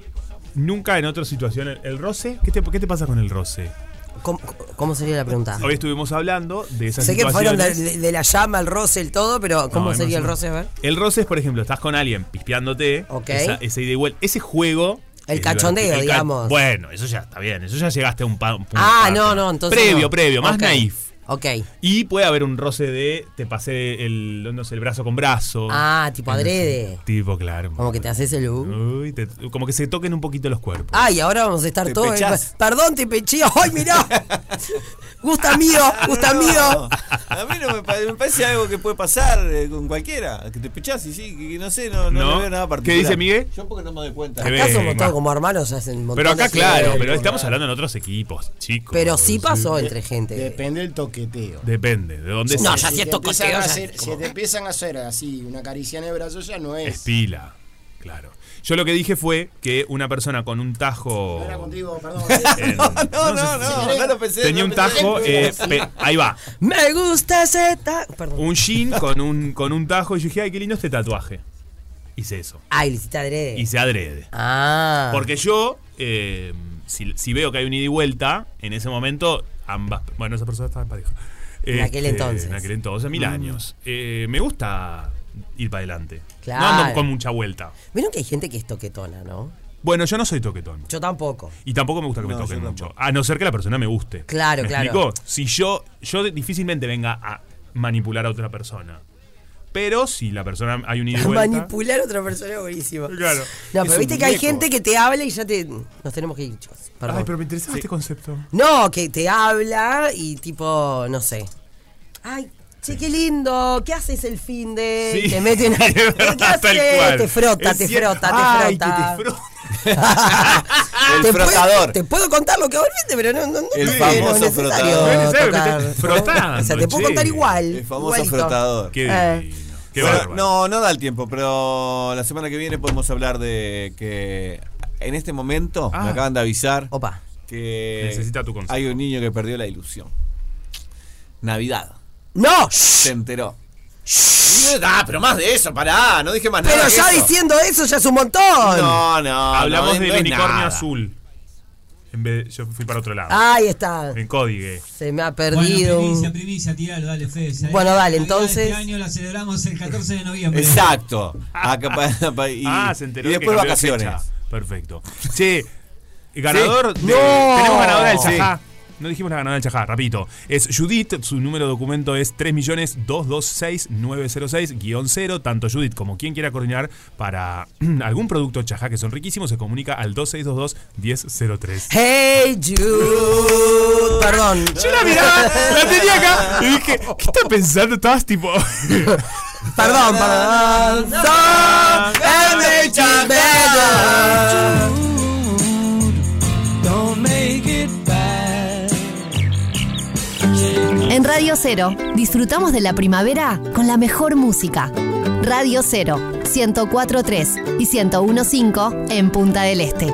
nunca en otra situación. ¿El, el roce? ¿Qué te, ¿Qué te pasa con el roce? ¿Cómo, cómo sería la pregunta? Hoy estuvimos hablando de esas Sé que fueron situaciones. de, de- de la llama, el roce, el todo, pero ¿cómo No, es sería el más o roce? A ver. El roce es, por ejemplo, estás con alguien pispeándote. Ok. Esa, esa ida y vuelta. Ese juego. El es cachondeo, divertido. ca- digamos. Bueno, eso ya está bien. Eso ya llegaste a un, pa- un punto. Ah, aparte. no, no, entonces. Previo, no. previo, más Ok, naif. Ok. Y puede haber un roce de te pasé el, no sé, el brazo con brazo. Ah, tipo No sé, adrede. Tipo, claro. Como que te haces el Uy, te- como que se toquen un poquito los cuerpos. Ah, y ahora vamos a estar Te todos. pechás. Perdón, te peché. ¡Ay, mirá! gusta mío, gusta No, mío. A mí no me, pa- me parece algo que puede pasar eh, con cualquiera. Que te pechás y sí, que, que no sé, no, no, No. le veo nada ¿Qué particular. dice Miguel? Yo porque no me doy cuenta. Que Acá somos venga. todos como hermanos, hacen un montón Pero acá, de- claro, pero estamos hablando en otros equipos, chicos. Pero sí pasó entre gente. Depende del toqueteo. Depende, de dónde No, se- ya si te empiezan a cosquillas, hacer- Si te empiezan a hacer así una caricia en el brazo, ya no Es es. pila, claro. Yo lo que dije fue que una persona con un tajo. Era contigo, perdón. No, no, no, no, no lo pensé. Tenía un tajo, eh, pe- ahí va. Me gusta ese ta- Perdón. Un jean con un, con un tajo. Y yo dije, ay, qué lindo este tatuaje. Hice eso. Ay, le hiciste adrede. Hice adrede. Ah. Porque yo, eh, si, si veo que hay un ida y vuelta, en ese momento, ambas. Bueno, esa persona estaba en pareja. Este, En aquel entonces. En aquel entonces, mil Mm. años. Eh, me gusta ir para adelante. Claro. No ando con mucha vuelta. Vieron que hay gente que es toquetona, ¿no? Bueno, yo no soy toquetón. Yo tampoco. Y tampoco me gusta que me No, toquen yo mucho. A no ser que la persona me guste. Claro, ¿Me claro. explico? Si yo, yo de- difícilmente venga a manipular a otra persona. Pero si la persona hay un ida y vuelta. Manipular a otra persona es buenísimo. Claro. No, Es pero un viste que hay muñeco. gente que te habla y ya te. Nos tenemos que ir, chicos. Perdón. Ay, pero me interesa este concepto. No, que te habla y tipo, no sé. Ay, Che, qué lindo, ¿qué haces el fin de...? Sí. Te meten Es verdad, ¿Qué tal haces? cual. Te frota, Es te cierto. frota, te Ay, frota. que te frota. el te Puedo, frotador. te puedo contar lo que hago el fin de, pero no, no, no El no es famoso necesario frotador. No es necesario, tocar. me estoy frotando, O sea, te puedo che. contar igual. El famoso igualito. frotador. Qué Eh. Qué Bueno, bárbaro. no, no da el tiempo, pero la semana que viene podemos hablar de que en este momento Ah. me acaban de avisar Opa. que eh, Necesita tu consejo. hay un niño que perdió la ilusión. Navidad. ¡No! Se enteró. Ah, pero más de eso, pará, Ah, no dije más nada. Pero que ya eso. diciendo eso ya es un montón. No, no. Hablamos no, del no es unicornio nada. azul. En vez de- yo fui para otro lado. Ahí está. En código. Se me ha perdido. Bueno, primicia, un- primicia, tiralo, dale, Fede. Navidad Bueno, dale, de entonces. Este año la celebramos el 14 de noviembre. Exacto. Acá pa- pa- y, ah, se enteró y que después cambió de vacaciones. fecha. Perfecto. Che, ganador. Sí. de- ¡No! Tenemos ganadora del Sí. Chajá. No dijimos la ganadora del Chajá, repito. Es Judith, su número de documento es 3.226.906-0. Tanto Judith como quien quiera coordinar para algún producto Chajá que son riquísimos se comunica al 2622-1003. Hey Jude. Perdón. Yo la miraba, la tenía acá y dije, ¿qué está pensando? Estabas tipo. Perdón, perdón. Don't make it bad. En Radio Cero, disfrutamos de la primavera con la mejor música. Radio Cero, 104.3 y 101.5 en Punta del Este.